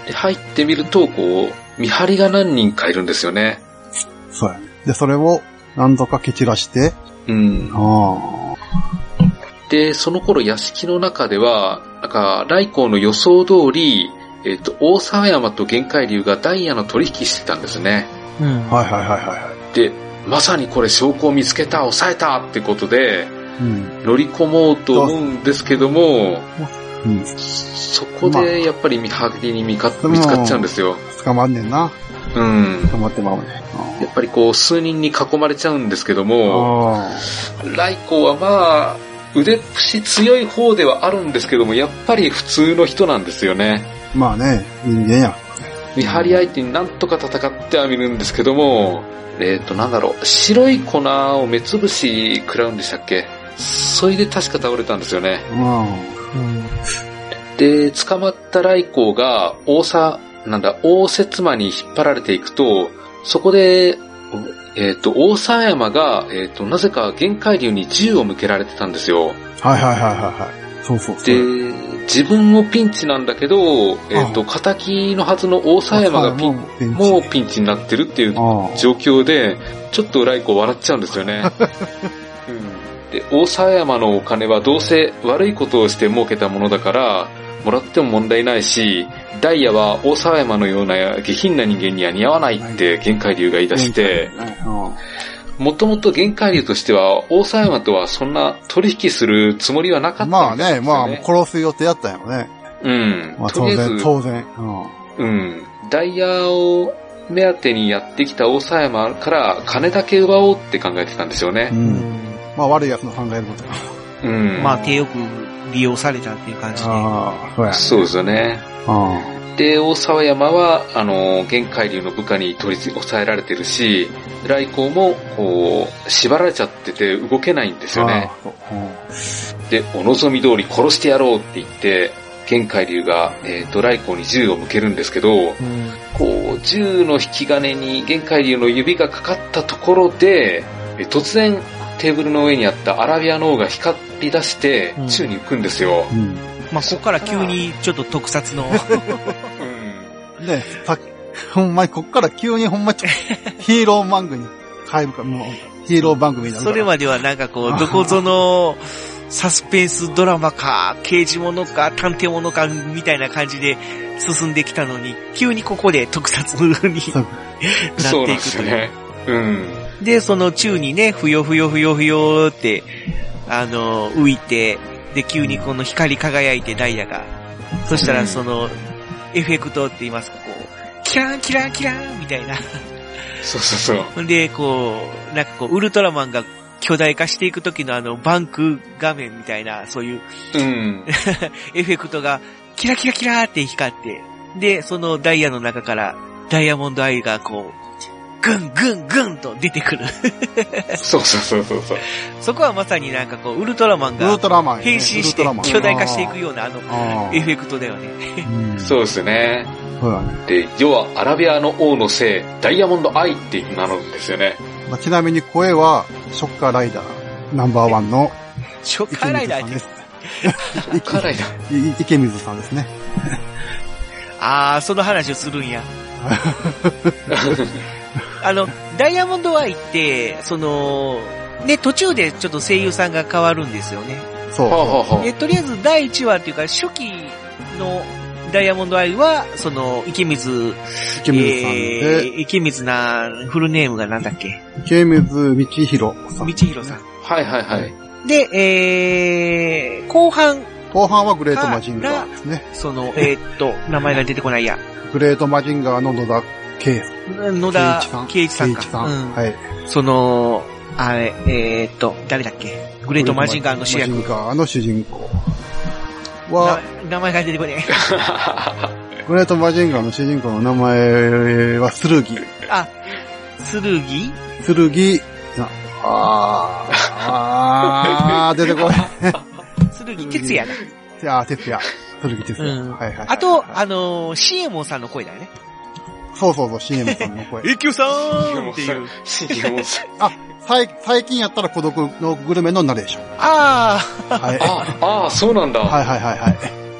D: で、入ってみると、こう、見張りが何人かいるんですよね。
B: あ。そうやね。で、それを何度か蹴散らして、
D: うん。
B: ああ。
D: で、その頃屋敷の中では、なんか、来光の予想通り、えっと、大沢山と玄海流がダイヤの取引してたんですね。
C: うん。
B: はいはいはいはいは
D: で、まさにこれ証拠を見つけた、抑えたってことで、
B: い。うん。
D: 乗り込もうと思うんですけども、
B: うん。
D: そこでやっぱり見張りに見か見つかっちゃうんですよ。
B: 捕まんねんな。
D: うん。
B: 捕まってまうね。
D: やっぱりこう、数人に囲まれちゃうんですけど
B: あ
D: も、
B: あー。
D: ライコはまあ、腕っぷし強い方ではあるんですけども、やっぱり普通の人なんですよね。
B: まあね、人間や。
D: 見張り相手になんとか戦ってはみるんですけども、えっ、と、なんだろう、白い粉を目つぶし食らうんでしたっけそれで確か倒れたんですよね。
B: う
D: で、捕まった来光が、大さ、なんだ、大雪間に引っ張られていくと、そこで、えっ、と、大沢山が、えっ、と、なぜか玄海流に銃を向けられてたんですよ。
B: ん。はいはいはいはいはい。そうそうそう。
D: で、自分もピンチなんだけど、えっ、と、仇のはずの大沢山がピン、
B: ン
D: もうピンチになってるっていう
B: あ
D: 状況で、ちょっとライコ笑っちゃうんですよ ね。うん、で、大沢山のお金はどうせ悪いことをして儲けたものだから、もらっても問題ないし、ダイヤは大沢山のような下品な人間には似合わないって玄海流が言い出して、もともと玄海流としては大沢山とはそんな取引するつもりはな
B: あ
D: かった
B: まあ
D: んです
B: ね、
D: よ、ね。
B: まあ、殺す予定やったんやろね。
D: うん。
B: まあ
D: と
B: 当
D: りあえ
B: 然、
D: ず、
B: 当然。うん
D: うん。ダイヤを目当てにやってきた大沢山から金だけ奪おうって考えてたんですよね。
B: うん。まあ悪い奴の考えることや。
D: うん。
C: まあ、手よく利用されたっていう感じで。
B: ああ、そうや。
D: そうですよね。
B: うん
D: で、大沢山は、あの、玄海流の部下に取り押さえられてるし、来光も、こう、縛られちゃってて動けないんですよね。
B: あーそううん
D: で、お望み通り殺してやろうって言って、玄海流が、えっ、と、来光に銃を向けるんですけど、こう、銃の引き金に玄海流の指がかかったところで、え突然、テーブルの上にあったアラビアの王が光り出して
C: う、ん
D: 宙に浮くんですよ。
B: う
C: まあ、ここから急にちょっと特 撮の、
D: うん
B: ん。ねさっき、ほんまにこっから急にほんまちょヒーロー番組に変えるか、もう、ヒーロー番組になるか
C: そ
B: ら。
C: れまではなんかこう、どこぞの、サスペンスドラマか、刑事ものか、探偵ものか、みたいな感じで進んできたのに、急にここで特撮に なっていく
B: そう
D: そうなんで
C: と
D: すよ
C: いう。
D: ね。うん。
C: で、その宙にね、ふよふよふよふよって、あの、浮いて、で、急にこの光り輝いてダイヤが。そした
D: う
C: ら
D: ん
C: その、エフェクトって言いますか、こう、キラーンキラーンキラーンみたいな。
D: そうそうそう。
C: ほんで、こう、なんかこう、ウルトラマンが巨大化していく時のあの、バンク画面みたいな、そういう
D: うん。
C: エフェクトが、キラキラキラーって光って、で、そのダイヤの中から、ダイヤモンドアイがこう、ぐんぐんぐんと出てくる。
D: そうそうそうそうそう。
C: そこはまさになんかこう、ウルトラマン
B: ウル
C: が
B: トラマンやね。
C: 変身し
B: ウルト
C: て
B: ラマン
C: 巨大化していくようなあの
B: あ
C: エフェクトだよね。
B: ーうん
D: そうですね。
B: そうだね。
D: で、要はアラビアの王のせい、ダイヤモンドアイって名乗るんですよね。
B: まあちなみに声は、ショッカーライダー、ナンバーワンの
C: ショッ
B: 池
C: カーライ
B: 水
C: ダー
B: さ
C: っ
B: ん
C: て
B: で。す。
D: カライだ。
B: い池水さんですね。
C: あー、その話をするんや。あの、ダイヤモンドアイって、その、ね、途中でちょっと声優さんが変わるんですよね。
B: そう。
D: はあ、はあは
C: え、とりあえず第1話っていうか、初期のダイヤモンドアイは、その、池水、
B: 池水さん
C: え
B: で、
C: ー池水な、フルネームがなんだっけ
B: 池水道弘さ
C: 道
B: ん。
C: 弘さん。
D: あはいはいはい。
C: で、えー、後半、
B: 後半はグレートマジンガーですね。
C: その、えーっと、名前が出てこないや。
B: グレートマジンガーの野田圭
C: 野田
B: 一さん。
C: 圭一さ
B: 圭
C: んか。
B: 一さ
C: うん
B: ん。はい。
C: その、あれ、えーっと、誰だっけグレートマジンガーの主役。
B: マジンガーの主人公
C: な
B: は、
C: 名前が出てこ ない。
B: グレートマジンガーの主人公の名前は、剣。剣
C: あ、剣
B: な、あー、あー、出てこ ない。
C: 剣哲也だ。
B: いやー、哲也。剣哲也。
C: うん
B: はいはいはい。
C: あと、あのー、シエモンさんの声だよね。
B: そうそうそう、CM さんの声。
C: 永久さ
D: んっていう。シンモンさん。
B: あ、さい最近やったら孤独のグルメのナレーション。
C: あ
B: はい。はい
D: あ、ああ、そうなんだ。
B: はいはいはい。
C: あ。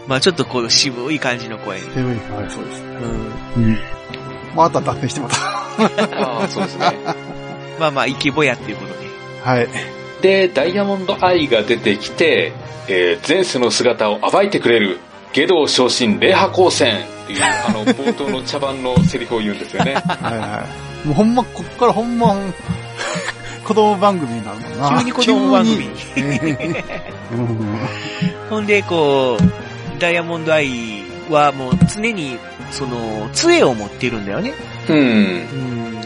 C: まあちょっとこう渋い感じの声。
B: セブンはい、そうです。
C: うん。
B: うん。まあ、あとは脱線してもらっ
D: ああ、そうですね。
C: まあまあ、イケボやっていうことで。
B: た。はい。
D: で、ダイヤモンドアイが出てきて、えー前世の姿を暴いてくれる、下道昇進霊波光線っていう、あの、冒頭の茶番のセリフを言うん ですよね。
B: はいはい。もうほんま、こっからほんま、子供番組になるもんな。
C: 急に子供番組。
B: 急に。うん
C: ほんで、こう、ダイヤモンドアイはもう常に、その、杖を持ってるんだよね。
D: うん。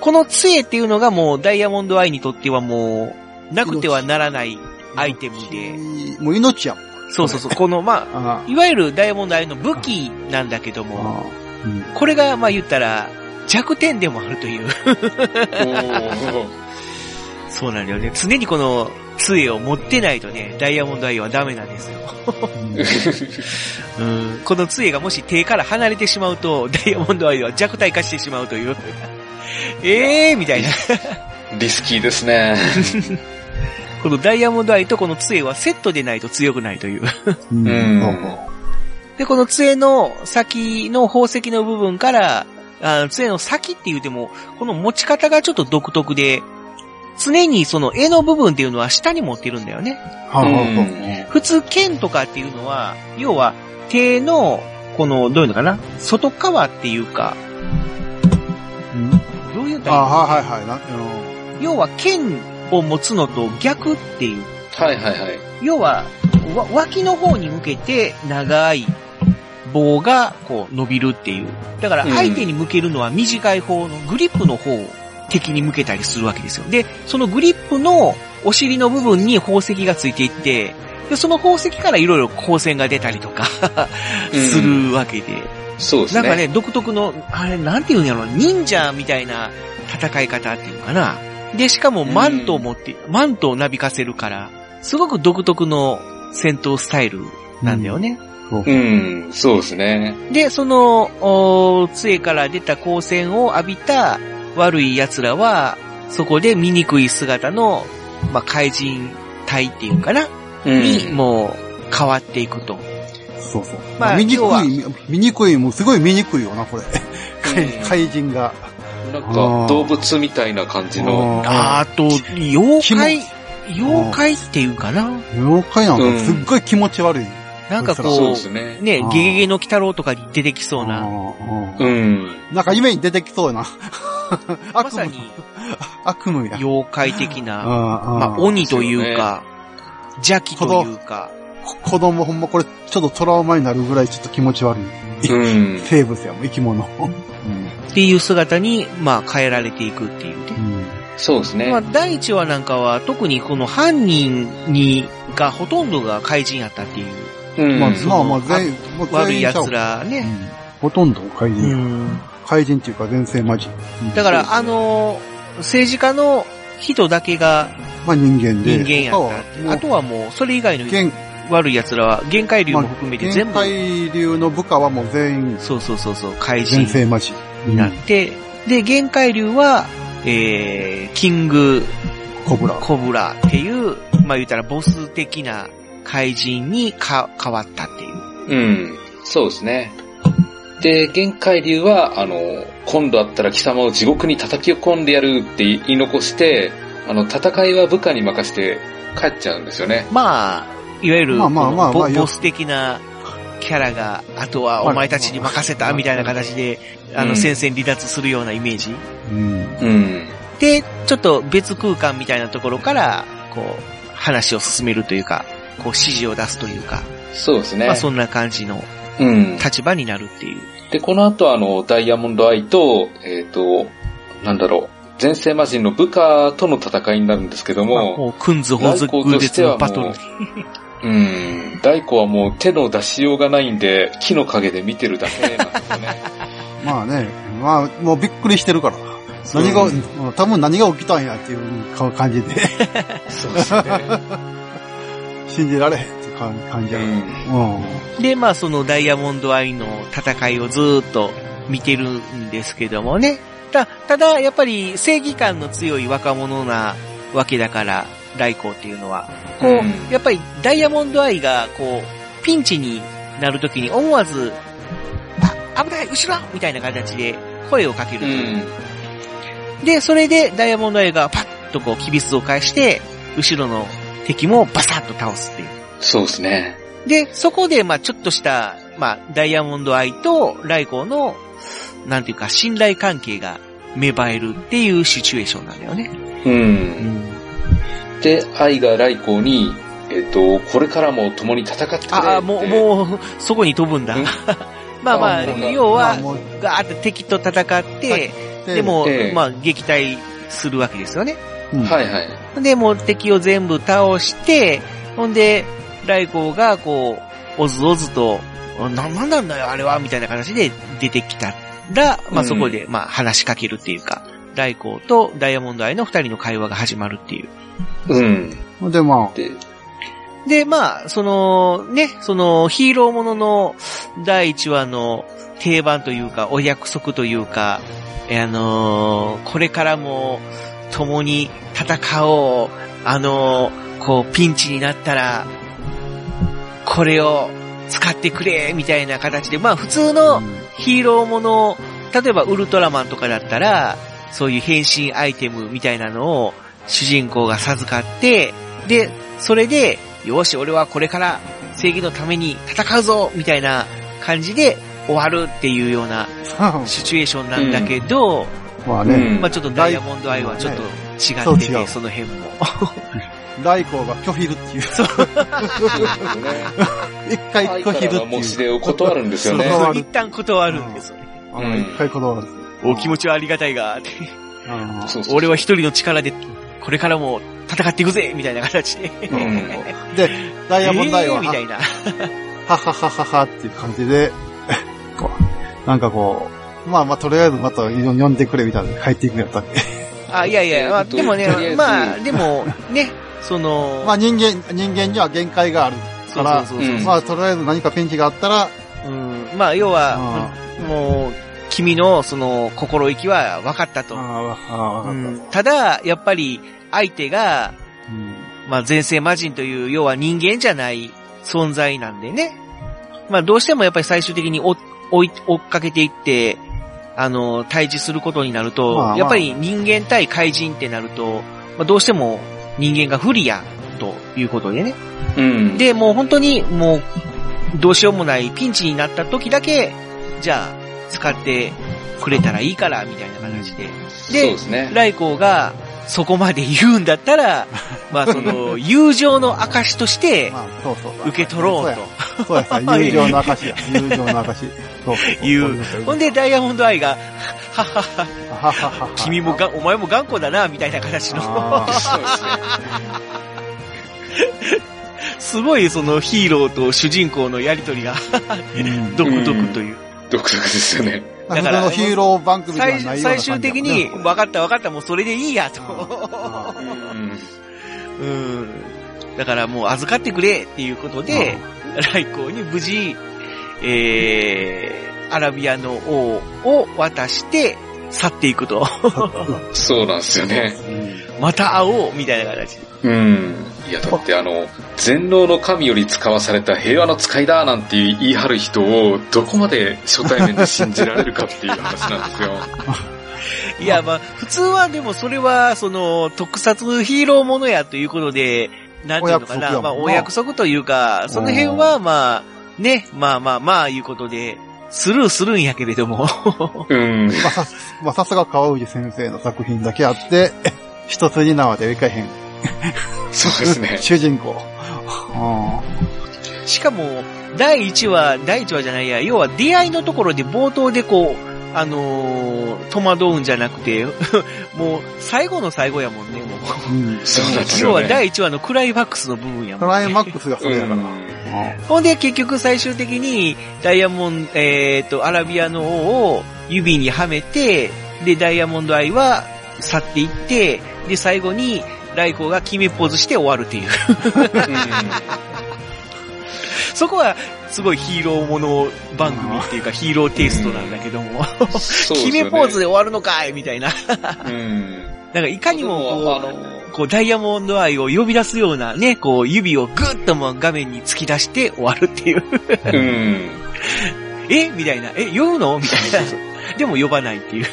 C: この杖っていうのがもうダイヤモンドアイにとってはもう、なくてはならないアイテムで。
B: もう命やもん。
C: そうそうそう。この、ま
B: あ
C: あ、いわゆるダイヤモンドアイの武器なんだけども、
B: あうん
C: これが、まあ言ったら、弱点でもあるという。
D: お ー
C: そうなんだよね。常にこの杖を持ってないとね、ダイヤモンドアイはダメなんですよ。うん。この杖がもし手から離れてしまうと、ダイヤモンドアイは弱体化してしまうと いう。ええー、みたいな。
D: リスキーですね。
C: このダイヤモンドアイとこの杖はセットでないと強くないという。
B: うん
D: うん
B: そうそう
C: で、この杖の先の宝石の部分から、あ杖の先って言うても、この持ち方がちょっと独特で、常にその柄の部分っていうのは下に持ってるんだよね。
B: はあはあはあ
D: うん
C: 普通剣とかっていうのは、要は手の、この、どういうのかな外側っていうか、
B: うん
C: どういう
B: あ
C: か、
B: はいはいはいなうん。
C: 要は剣を持つのと逆っていう。
D: はいはいはい。
C: 要は、わ脇の方に向けて長い棒がこう伸びるっていう。だから
D: うん
C: 相手に向けるのは短い方のグリップの方を敵に向けたりするわけですよ。で、そのグリップのお尻の部分に宝石がついていって、で、その宝石からいろいろ光線が出たりとか するわけで。
D: そうです
C: な
D: ね。
C: んかね、独特の、あれ、なんていうんやろ、忍者みたいな戦い方っていうのかな。で、しかもマントを持って、マントをなびかせるから、すごく独特の戦闘スタイルなんだよね。
D: うん、そうですね。
C: で、その、おー杖から出た光線を浴びた悪い奴らは、そこで醜い姿の、まあ、怪人隊っていうかな、
D: う
C: に、
D: ん。
C: もう、変わっていくと。
B: そうそう。
C: ま
B: ま
C: あ
B: あ、醜、
C: 要はい
B: 醜い、もうすごい醜いよな、これ。怪
D: うん
B: 怪人が。
D: なんか、動物みたいな感じの。
C: あーあと、妖怪、妖怪っていうかな。
B: 妖怪なん
D: うん
B: かすっごい気持ち悪い。
C: なんか
D: そう
C: こ
D: です
C: う、
D: ね。
C: ね
B: あ、ー
C: ゲゲゲの鬼太郎とかに出てきそう
B: あ
C: な、
B: ー
D: う
B: うん
D: ん。
B: なんか夢に出てきそうやな。
C: ま
B: 悪
C: さ
B: 夢、
C: に
B: 悪夢や。
C: 妖怪的な、ま
B: ま
C: あ、鬼というか、邪気というか、
B: 子供ほんまこれちょっとトラウマになるぐらいちょっと気持ち悪い。
D: うん。
B: 生物やもん、生き物。
C: っていう姿に、まあ、変えられていくっていうね。
D: そうです
C: まあ、
D: ね。
C: 第一話なんかは、特にこの犯人に、がほとんどが怪人やったっていう、
D: うん。
B: まあ、
C: そ
B: ま
C: の
B: あまあ全員、まあ
C: 悪い
B: 全員ちゃう
C: 奴ら
B: う
C: ね。
B: んほとんど怪
C: う
B: 人。
C: ん。
B: 怪人っていうか全世マジ。
C: だか
D: そうです
C: ら、
D: ね
C: あの、政治家の人だけが
B: まあ人間で。
C: 人間やったっていう。あ
B: あと
C: とはもう、それ以外の
B: はもう、
C: 悪い奴らは、限界流も含めて
B: 限
C: 全部、
B: 界流の部下はもう全員、
C: そうそうそうそう、怪人
B: 全世マジ。
C: になって、で、限界流は、えー、キング、
B: コブラ。
C: コブラっていう、まあ言ったらボス的な怪人にか変わったっていう。
D: うん。そうですね。で、限界流は、あの、今度あったら貴様を地獄に叩き込んでやるって言い残して、あの、戦いは部下に任せて帰っちゃうんですよね。
C: まあ、いわゆる、
B: まあまあまあ
C: このボ
B: まあよ
C: ボス的なキャラが、あとはお前たちに任せたみたいな形で、あ
D: う
C: の、
D: ん
C: 戦線離脱するようなイメージ。
B: うん。
D: うん。
C: で、ちょっと別空間みたいなところから、こう、話を進めるというか、こう指示を出すというか、
D: そうですね。
C: まあそんな感じの
D: うん。
C: 立場になるっていう。
D: で、この後あの、ダイヤモンドアイと、えっ、と、なんだろう、前世魔人の部下との戦いになるんですけど
C: まあ
D: も、
C: こう、クンズ、ホズ、グ
D: 来
C: ー
D: と
C: デ
D: して
C: ツ
D: は
C: のバト
D: も
C: ル
D: う。、うん、大光はもう手の出しようがないんで、木の陰で見てるだけなんですよね。
B: まあね、まあ、もうびっくりしてるから。何が、うん多分何が起きたんやっていうか感じで、
D: そうですね。
B: 信じられへんっていう感感じ
D: う
B: やね。
D: ん
B: うん。
C: で、まあそのダイヤモンドアイの戦いをずーっと見てるんですけどもね。た、ただ、やっぱり正義感の強い若者なわけだから、ライコっていうのは。こう、
D: うん
C: やっぱりダイヤモンドアイが、こう、ピンチになるときに思わず、あ、危ない後ろみたいな形で声をかけると
D: う。
C: いうんで、それでダイヤモンドアイがパッとこう、キビスを返して、後ろの敵もバサッと倒すっていう。
D: そうですね。
C: で、そこで、まあちょっとした、まあダイヤモンドアイとライコーの、なんていうか、信頼関係が芽生えるっていうシチュエーションなんだよね。
D: うん。で、愛が来光に、えっ、と、これからも共に戦ってねって。
C: ああ、もう、
D: う。
C: もう、そこに飛ぶんだ
D: うん。
C: まあまあ、
D: あもう
C: 要
B: まあ
C: は、
B: もう
C: ガーって敵と戦って、でも
D: ええ、
C: まあ撃退するわけですよね。
D: はいはい。
C: で、もう敵を全部倒して、ほんで、ライコーが、こう、おずおずと、あな、なんなんだよ、あれは、みたいな形で出てきたら、ま
D: う
C: あ、
D: ん
C: そこで、まあ、話しかけるっていうか、ライコーとダイヤモンドアイの二人の会話が始まるっていう。
D: うん。
B: で、ま
D: で、
C: で、まあ、その、ね、その、ヒーローものの第1話の定番というか、お約束というか、えーあのーこれからも共に戦おう、あのーこう、ピンチになったら、これを使ってくれ、みたいな形で、まあ、普通
B: あ、
C: のヒーローもの、例えばウルトラマンとかだったら、そういう変身アイテムみたいなのを主人公が授かって、で、それで、よし、俺はこれから正義のために戦うぞみたいな感じで終わるっていうようなシチュエーションなんだけど、
B: まあ
D: う
B: ね、
D: ん
C: まあちょっとダイヤモンドアイはちょっと
B: そ
C: 違
B: う
C: って
B: 違
C: ね、
B: う
C: その辺も。
B: ライコーが拒否るっていう。一回拒否るっていう。
D: もう指令を断るんですよね。
B: そう
C: 一旦断るんですよね。
B: あの一回断る。
C: お気持ちはありがたいが、って
B: うん
D: そうそうそう
C: 俺は一人の力でこれからも戦っていくぜみたいな形で。
D: うん
B: で、ダイヤモンドアイ
C: え
B: は、
C: ーみたいな。
B: はははははっていう感じで、こう、なんかこう、まあまあとりあえずまた呼んでくれみたいなので帰っていくんやったっけ。
C: あ、いやいや、まあ、
D: えーと
C: でもね
D: とりあえ、ず
C: まあ、でも、ね、その、
B: まあ人間、人間には限界がある
C: そ
B: か
C: う
B: ら、
C: そうそう
D: うん
B: まあとりあえず何かピンチがあったら、
C: そう、うんまあ、要は、
B: あ
C: もう、君の、その、心意気は分かった
B: あ、
C: と。
B: ああ、わかっ
C: う
B: た。
C: んただ、やっぱり、相手が、
B: うん
C: まあ、前世魔人という、要は人間じゃない存在なんでね。まあ、どうしてもやっぱり最終的に追追い追っかけていって、あの、対峙することになると、
B: まあまあ
C: やっぱり人間対怪人ってなると、まあ、どうしても人間が不利や、ということでね。
D: うん。
C: で、もう本当にもう、どうしようもないピンチになった時だけ、じゃあ、使ってくれたらいいから、みたいな形で。
D: そうですね。
C: ライコーが、そこまで言うんだっ たら、まあその、友情の証として、
B: まあ、そうそうそう。
C: 受け取ろうと。
B: そうや。そうや、友情の証や。友情の証。そうそう。
C: 言う
B: そうですよ
C: ほんで、ダイヤモンドアイが、ははは、
B: はははは
C: 君もが、お前も頑固だな、みたいな形の、
B: あ
D: そうですね。
C: すごいそのヒーローと主人公のやりとりが、
B: ーうん
C: 独特という。
D: 独特ですよね。
B: 普通のヒーロー番組ではないよ
C: 最
B: うな感じだもんね
C: 最終的に、分かった分かった、もうそれでいいや、と。
B: あ
D: うん。
C: うん。だからもう預かってくれっていうことで、来光に無事、えー、アラビアの王を渡して去っていくと。
D: そうなんですよね。
C: また会おうみたいな形。
D: うん。いや、だってあの、全能の神より使わされた平和の使いだなんて言い張る人を、どこまで初対面で信じられるかっていう話なんですよ。
C: いや、まあ、普通はでもそれは、その、特撮ヒーローものやということで、なんていうのか
B: お約束
C: な、
B: やもんな
C: まあ、お約束というか、その辺は、まあ、ね、まあまあまあ、いうことで、スルーするんやけれども。
D: うん。
B: まあさすまあさすが川内先生の作品だけあって、一筋縄ではいかへん。
D: そうですね。
B: 主人公。
C: しかも、第1話、第1話じゃないや、要は出会いのところで冒頭でこう、あのー戸惑うんじゃなくて、 もう最後の最後やもんね、もう。
B: うん
D: そうなんです
C: 要
D: よ
C: は
D: ね。
C: 第1話のクライマックスの部分や
B: ク
C: もん。
B: ライマックスがそれやから。
D: うん
C: ほんで結局最終的にダイヤモンド、えっ、と、アラビアの王を指にはめて、で、ダイヤモンド愛は去っていって、で、最後に、ライコが決めポーズして終わるっていう。 そこは、すごいヒーローもの番組っていうか、ヒーローテイストなんだけども。
D: そうです
C: 決
D: よね
C: めポーズで終わるのかいみたいな。
D: うん。
C: なんかいかに
D: あ
C: もこ
D: の、
C: う、こうダイヤモンドアイを呼び出すようなね、こう指をグッともう画面に突き出して終わるっていう。
D: うん。
C: えみたいな。え、呼ぶのみたいな。でも呼ばないっていう。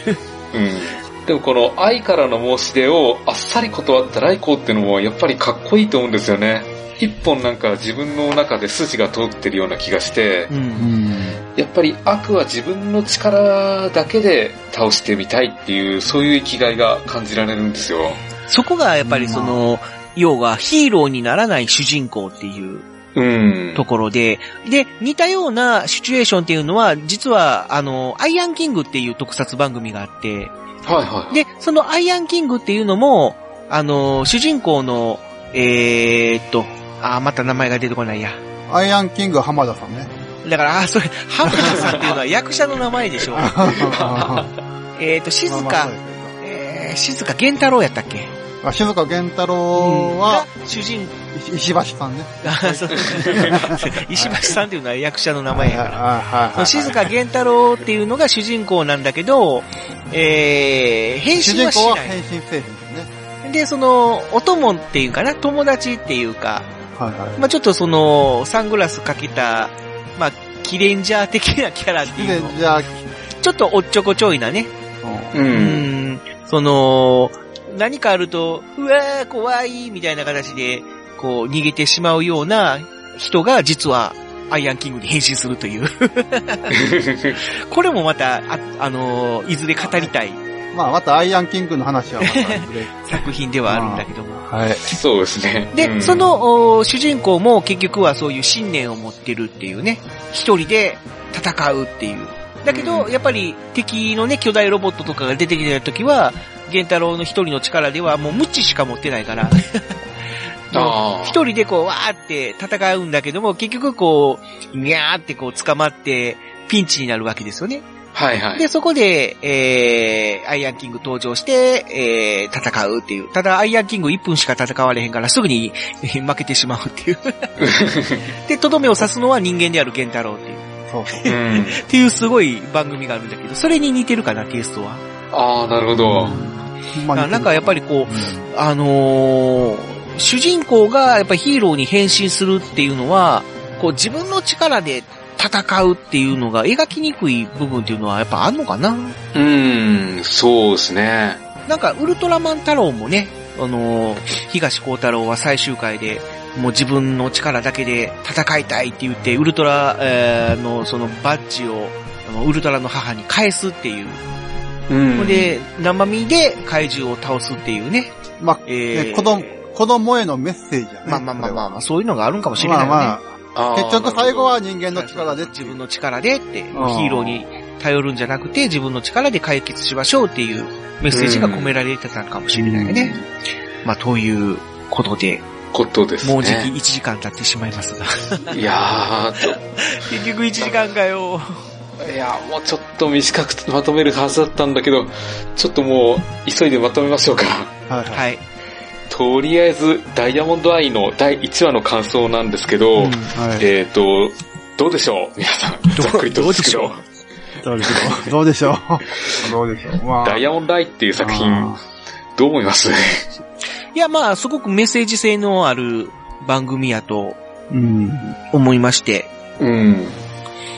D: うん。でもこの愛からの申し出をあっさり断ったライコーっていうのもやっぱりかっこいいと思うんですよね。一本なんか自分の中で筋が通ってるような気がして、
C: うん。
D: やっぱり悪は自分の力だけで倒してみたいっていう、そういう生きがいが感じられるんですよ。
C: そこがやっぱりその、要はヒーローにならない主人公っていう
D: うん。
C: ところで、で、似たようなシチュエーションっていうのは、実は、あの、アイアンキングっていう特撮番組があって、
D: はいはい。
C: で、そのアイアンキングっていうのも、あの、主人公の、えーっと、あー、また名前が出てこないや。
B: アイアンキング浜田 さんね。
C: だから、あー、それ、ハムダさんっていうのは 役者の名前でしょ。 えーっと、静
B: まあまあ
C: か
B: そう、ですけ
C: えー、静か源太郎やったっけ
B: どあ静か源太郎
C: が
B: は、
C: 主人
B: い石橋さんね。
C: あそう石橋さんっていうのは 役者の名前やから。
B: はいはいはい
C: その静か源太郎っていうのが主人公なんだけど、えー、変
B: 主
C: 身
B: 人
C: はし
B: 公は
C: な
B: 変身製品ですね。
C: い。で、その、お供っていうかな、友達っていうか、
B: はいはい。
C: まあちょっとその、サングラスかけた、まあキレンジャー的なキャラっていうの
B: で、じゃあ、
C: ちょっとおっちょこちょいなね。
B: うん
D: う。
C: うんん。その、何かあると、うわー怖いみたいな形で、こう、逃げてしまうような人が実は、アイアンキングに変身するという。これもまた、あ、あのーいずれ語りたい
B: まあまたアイアンキングの話は またいずれ
C: 作品ではあるんだけども。
B: はい。
D: そうですね。
C: で、
D: うん
C: そ、の、お主人公も結局はそういう信念を持ってるっていうね、一人で戦うっていう。だけど、
D: う
C: やっぱり敵のね、巨大ロボットとかが出てきた時は、源太郎の一人の力ではもう無知しか持ってないから、
D: ああ。
C: 一人でこう、わーって戦うんだけども、結局こう、にゃーってこう捕まって、ピンチになるわけですよね。
D: はいはい。
C: で、そこで、えー、アイアンキング登場して、えー、戦うっていう。ただ、アイアンキング1分しか戦われへんから、すぐに、えー負けてしまうっていう。で、とどめを刺すのは人間である源太郎っていう。
B: そうそう。
D: うん。
C: っていうすごい番組があるんだけど、それに似てるかな、テイストは。
D: ああ、なるほど。
B: まあ
C: ななんかやっぱりこ
B: うん
C: う、あのー主人公がやっぱりヒーローに変身するっていうのは、こう自分の力で戦うっていうのが描きにくい部分っていうのはやっぱあんのかな
D: うん、そうですね。
C: なんか、ウルトラマン太郎もね、あのー東光太郎は最終回で、もう自分の力だけで戦いたいって言って、ウルトラ、えーのそのバッジを、あのウルトラの母に返すっていう。
D: うん。
C: で、生身で怪獣を倒すっていうね。
B: まあ、
C: え
B: ね
C: ー
B: 子供、子供へのメッセージやね。
C: まあまあまあまあ
B: こ
C: まあ、そういうのがあるんかもし
B: れ
C: れない
B: は
C: よね。
B: まあ
D: あ
B: まあ、
D: ー
B: 結局最後は人間の力でって
C: 自
B: いう
C: 分の力でって、ヒーローに頼るんじゃなくて、自分の力で解決しましょうっていうメッセージが込められてたのかもしれないよね。まあ、ということで、
D: ことですね。
C: もうじき1時間経ってしまいますが。
D: いやー、ちょ
C: 結局1時間かよ。
D: いやーもうちょっと短くまとめるはずだったんだけど、ちょっともう、急いでまとめましょうか。
B: はいはい。
C: はい。
D: とりあえず、ダイヤモンドアイの第1話の感想なんですけど、
B: はい
D: えっ、と、どうでしょう皆さん、ざっくりとですけど、
B: どうでしょうどうでしょうどうでしょうまあ
D: ダイヤモンドアイっていう作
B: あ
D: 品、どう思い ます
C: いや、まあ、すごくメッセージ性のある番組やと
B: ーうん。
C: 思いまして。
D: うん。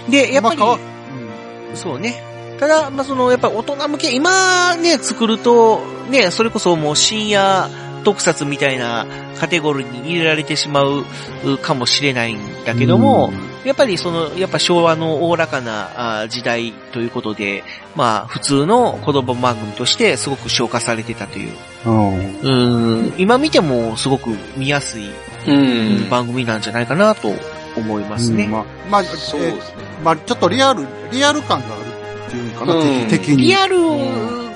C: で、やっぱり、
B: まあか
C: そうね。ただ、まあ、その、やっぱり大人向け、今ね、作ると、ね、それこそもう深夜特撮みたいなカテゴリーに入れられてしまううかもしれないんだけども、やっぱりその、やっぱ昭和のおおらかなあー時代ということで、まあ、普通の子供番組としてすごく消化されてたという。
B: うん。
C: うん、今見てもすごく見やすい
D: うん。
C: 番組なんじゃないかなと思います
B: うん
C: ね。
B: まあ、まあ、え
D: そうで
B: ー
D: す
B: まあ、ちょっとリアル、リアル感があるっていうのかな、
D: うん
B: 敵に。
C: リアル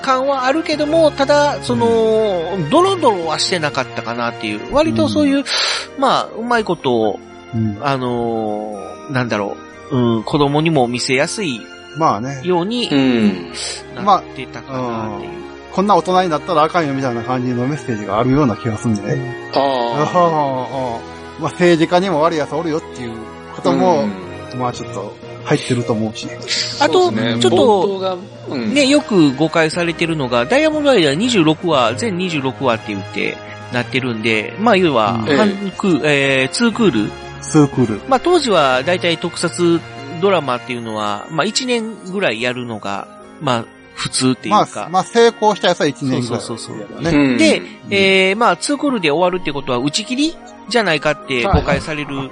C: 感はあるけども、ただ、その、ドロドロはしてなかったかなっていう。割とそういう、まあ、うまいことを、
B: うん
C: あのーなんだろう、うん、子供にも見せやすい
B: まあね、
C: ように
D: ね。うん。
C: なってたかなっていう。
B: こんな大人になったらあかんよみたいな感じのメッセージがあるような気がするんでね。あ
D: あ
B: あまあ、政治家にも悪い奴おるよっていうこ
D: あ。
B: とも、
D: うん
B: まあちょっと入ってると思うし。
C: あと
D: そうですね
C: ちょっと
D: 冒頭が、うん
C: ね、よく誤解されてるのが、ダイヤモンドアイでは26話、全26話って言って、なってるんで、まあ、要は、
B: うん
C: 半クえー、ツークール。
B: スークール。
C: まあ、当時は、だいたい特撮ドラマっていうのは、まあ、1年ぐらいやるのが、まあ、普通っていう
B: ま
C: か。
B: あ、まあ、成功したやつは1年ぐらい。
C: そうそうそう
B: そう。
D: う
B: ね。
D: ん
C: で、えー、まあ、ツークールで終わるってことは打ち切りじゃないかって
B: はい
C: 誤解される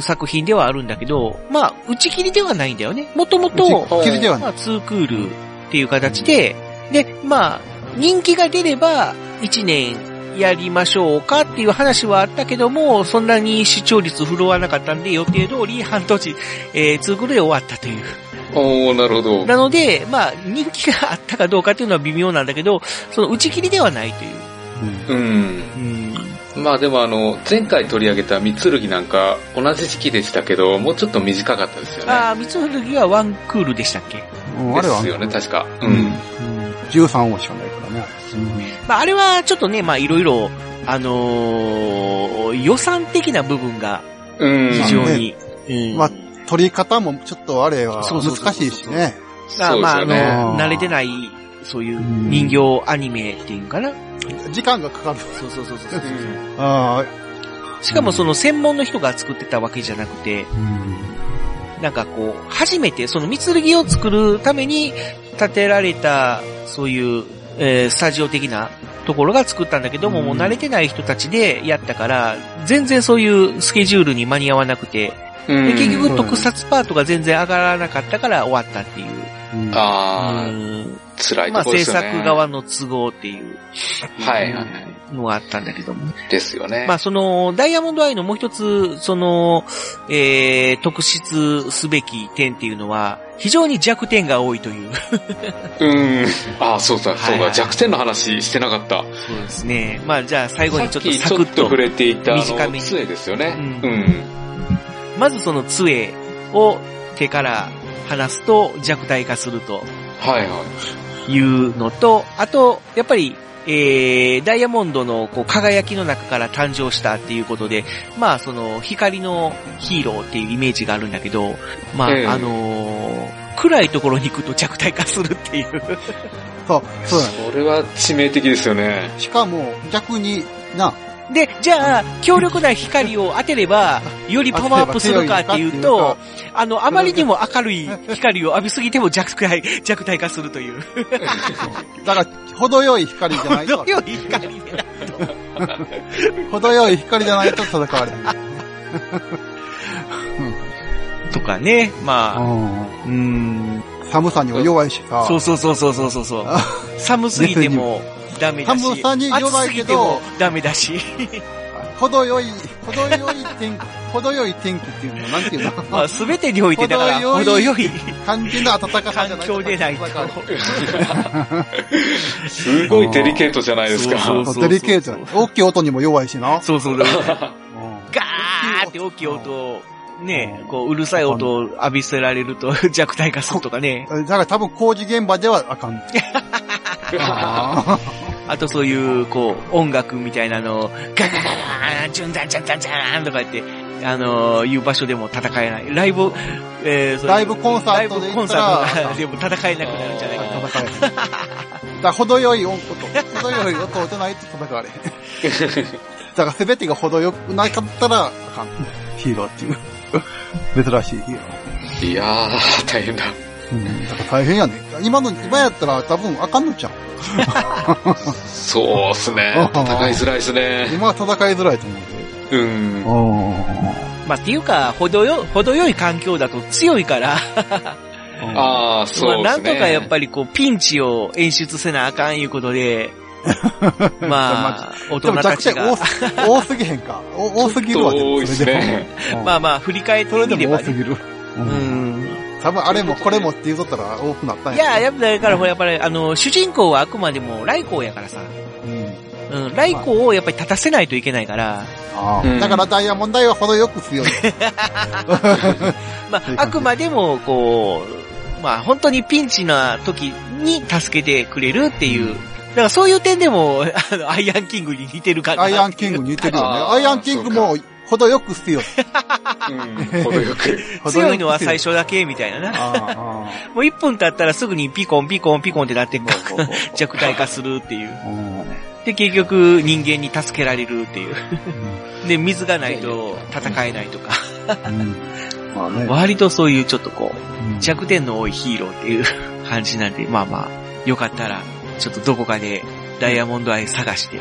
C: 作品ではあるんだけど、まあ、打ち切りではないんだよね。もともと、
B: 切りではな
C: ま
B: い。
C: あ、ツークールっていう形で、で、まあ、人気が出れば、1年やりましょうかっていう話はあったけども、そんなに視聴率振るわなかったんで、予定通り半年、えー、ツークールで終わったという。
D: おー、なるほど。
C: なので、まあ、人気があったかどうかっていうのは微妙なんだけど、その打ち切りではないという。
D: うん。
C: うん。
D: まあでもあの、前回取り上げた三剣なんか、同じ時期でしたけど、もうちょっと短かったですよね。
C: ああ、三つ古着はワンクールでしたっけ
B: うんあれは
D: です、よね、確か。う。
B: うんん。13音しかないからね。
C: まあ、あれはちょっとね、まあ、いろいろ、あのー予算的な部分が
D: うん。
C: 非常に、うん。
B: まあ取り方もちょっとあれは
C: そうそうそうそう
B: 難しいしね。
C: まあ、
D: そうで
C: ますあ、あ
D: よ
C: の、
D: ね。
B: うん
C: 慣れてない、そういう人形アニメっていうのかな。
B: 時間がかかる。
C: そうそうそうそ
D: う。
C: う
D: ん
B: あ
C: しかもその専門の人が作ってたわけじゃなくて、
B: あ。うん
C: なんかこう、初めて、その三剣を作るために建てられた、そういう、えースタジオ的なところが作ったんだけども、
B: うん
C: もう慣れてない人たちでやったから、全然そういうスケジュールに間に合わなくて、
D: うん
C: で結局特撮パートが全然上がらなかったから終わったっていう。
B: うん
D: あ
C: う
D: あ、
C: ん
D: 辛い
C: ま
D: とこ
C: あ
D: で
C: 制
D: すよね。
C: 作側の都合っていう
D: はいはいはい。
C: のがあったんだけども。
D: ですよね。
C: まあその、ダイヤモンドアイのもう一つ、その、えー、特筆すべき点っていうのは、非常に弱点が多いという。
D: うん。ああ、そうだ、
C: は
D: そ
C: いうはい
D: だ、弱点の話してなかった。
C: そうですね。まあじゃあ最後
D: さ
C: に
D: っ
C: ちょっと
D: き
C: サ
D: ち
C: ク
D: ょっ
C: ッ
D: と
C: と
D: 触。れていた、あ
C: 短め
D: の、
C: に
D: 杖ですよね。
C: う
D: うんん。
C: まずその杖を手から離すと弱体化すると
D: はいはい。
C: いうのと、あと、やっぱり、えー、ダイヤモンドのこう輝きの中から誕生したっていうことで、まあその光のヒーローっていうイメージがあるんだけど、まあ、
D: ええ
C: あのー暗いところに行くと弱体化するっていう。
B: そう、そうだね。
D: それは致命的ですよね。
B: しかも、逆にな、
C: で、じゃあ、強力な光を当てれば、よりパワーアップするかっていうと、あの、あまりにも明るい光を浴びすぎても弱体、弱体化するという。
B: だから、程よい光じゃないと
C: 程、よい光で。
B: 程よい光じゃないと戦われない。
C: とかね、まあ、
B: う
C: うん。
B: ん寒さにも弱いしさ
C: そ、うそうそうそうそうそうそう
B: あ。
C: 寒すぎてもダメだし。
B: 寒さに弱いけど
C: 暑すぎてもダメだし。
B: 程よい、程よい天気、程よい天気っていうのは、なんていうの
C: まあ、すべてにおいてだから、
B: 程
C: 程
B: よ
C: よい
B: 単純な暖かさじゃ
C: 環
B: ない
C: 境でないと。
B: 戦われ
D: すごいデリケートじゃないですか。
C: そう
B: そうデリケートな大きい音にも弱いしな。
C: そうそうだ。
B: うん
C: ガーって大きい音を、ね、こう、うるさい音を浴びせられると弱体化するとかね。
B: だから多分工事現場ではあかん。 あ
C: あとそういう、こう、音楽みたいなのを、ガガガガーン、ジュンダンジャンダンジャンとか言って、あのー、いう場所でも戦えない。ライブ、えーそういう
B: ライブコンサートで
C: ライ
B: 行
C: ブコ
B: っ
C: ン
B: た
C: サ
B: ら
C: ートでも戦えなくなるんじゃないか
B: ー
C: な。
B: 戦えないだから程よい音、程よい音じゃないと戦われへん。だから全てが程よくなかったらあかん。ヒーローっていう。珍しいヒーロー。
D: いやー、大変だ。
B: うん、だから大変やね。今の、今やったら多分あかんのじゃん。
D: そうっすね。戦いづらいですね。
B: 今は戦いづらいと思う
D: うん。
C: まあ、っていうか、程よ、程よい環境だと強いから、
D: ああ、そうですね。
C: まあ、なんとかやっぱりこう、ピンチを演出せなあかんいうこ とで、まあ、
B: で
C: 大人
B: も
C: た
B: 弱
C: ち
B: 点
C: が
B: 多、す多すぎへんか。お多すぎるわ。
D: 多いですね。
B: うん
C: まあまあ、振り返って
B: それで
C: みれ
B: も
C: ば
B: 多す
C: ね。
B: ぎる。う
C: うんん。
B: 多分あれもこれもって言うとったら多くなったん
C: い
B: や
C: や、やっぱだからほら、やっぱり、あの、主人公はあくまでも、ライコーやからさ。
B: うん
C: うん、ライコーをやっぱり立たせないといけないから、
B: あ
D: う
B: あ
D: ん
B: だからダイヤモンドは程よく強い。そういう感
C: まあ、
B: じ
C: あくまでも、こう、まあ、本当にピンチな時に助けてくれるっていう。だからそういう点でも、あの、アイアンキングに似てるかな。
B: アイアンキングに似てるよね。
D: ああ
B: アイアンキングも程よく強い。
D: うん、程よく。
C: 強いのは最
B: 初。
C: 初だけみたいなな。
B: あああ
C: もう1分経ったらすぐにピコンピコンピコンってなって、 弱体化するっていう。
B: あうん
C: で、結局人間に助けられるっていう。で、水がないと戦えないと か。
B: うんまあね。
C: 割とそういうちょっとこう、
B: うん
C: 弱点の多いヒーローっていう感じなんで、まあまあ、よかったら、ちょっとどこかでダイヤモンドアイ探 して、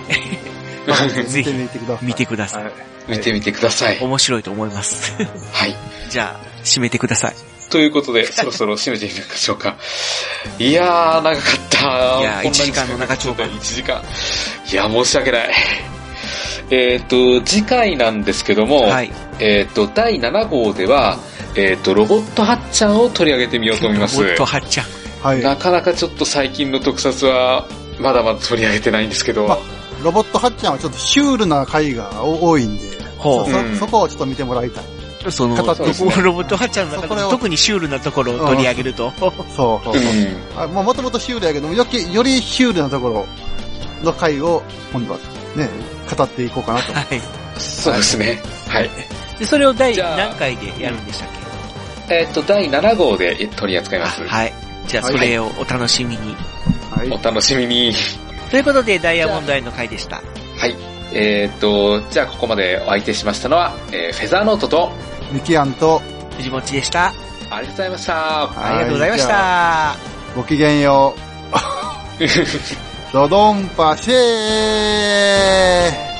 C: ぜひ
B: 見てみてください。
C: 見てください。
B: はい。
D: 見てみてください。
C: 面白いと思います。
D: はい。
C: じゃあ、締めてください。
D: ということ で、そろそろ締めてみましょうか。いやー、長かった。
C: いや
D: こ
C: ー
D: んなに
C: 一時間の長丁場
D: 1時間。いや、申し訳ない。えっ、と、次回なんですけども、
C: はい。
D: えっ、と、第7号では、えっ、と、ロボットハッチャンを取り上げてみようと思います
C: も。っとはっちゃん。
B: はい
D: なかなかちょっと最近の特撮は、まだまだ取り上げてないんですけど、
B: まロボットハッチャンはちょっとシュールな回が多いんで、
C: ほ
B: そ
C: う
B: そ
D: うん
B: そこをちょっと見てもらいたい。
C: その、
B: 形
D: ですね
C: ロボットハッチャンの中で
B: そ
C: も
B: う
C: 特にシュールなところを取り上げると。
B: そうそう
D: う
B: そ
D: ん
B: う。あまあ、もともとシュールやけども、よき、よりシュールなところの回を、今度はね、語っていこうかなと。
C: はい。
D: そうですね。はい。
C: で、それを第
D: じゃあ
C: 何回でやるんでしたっ
D: えっ、と、第7号で取り扱い
C: け
D: ます。
C: あはい。じゃあ、それをお楽しみに。
B: はい。
D: お楽しみに。
C: ということで、ダイヤモンドアイの回でした。
D: はい。えっ、と、じゃあここまでお相手しましたのは、えーフェザーノートと、
B: ミキアンと、
C: 藤持ちでした。
D: ありがとうございました。
C: ありがとうございまし
B: はじゃあ。
C: た。
B: ごきげ んよう。ドドンパシェー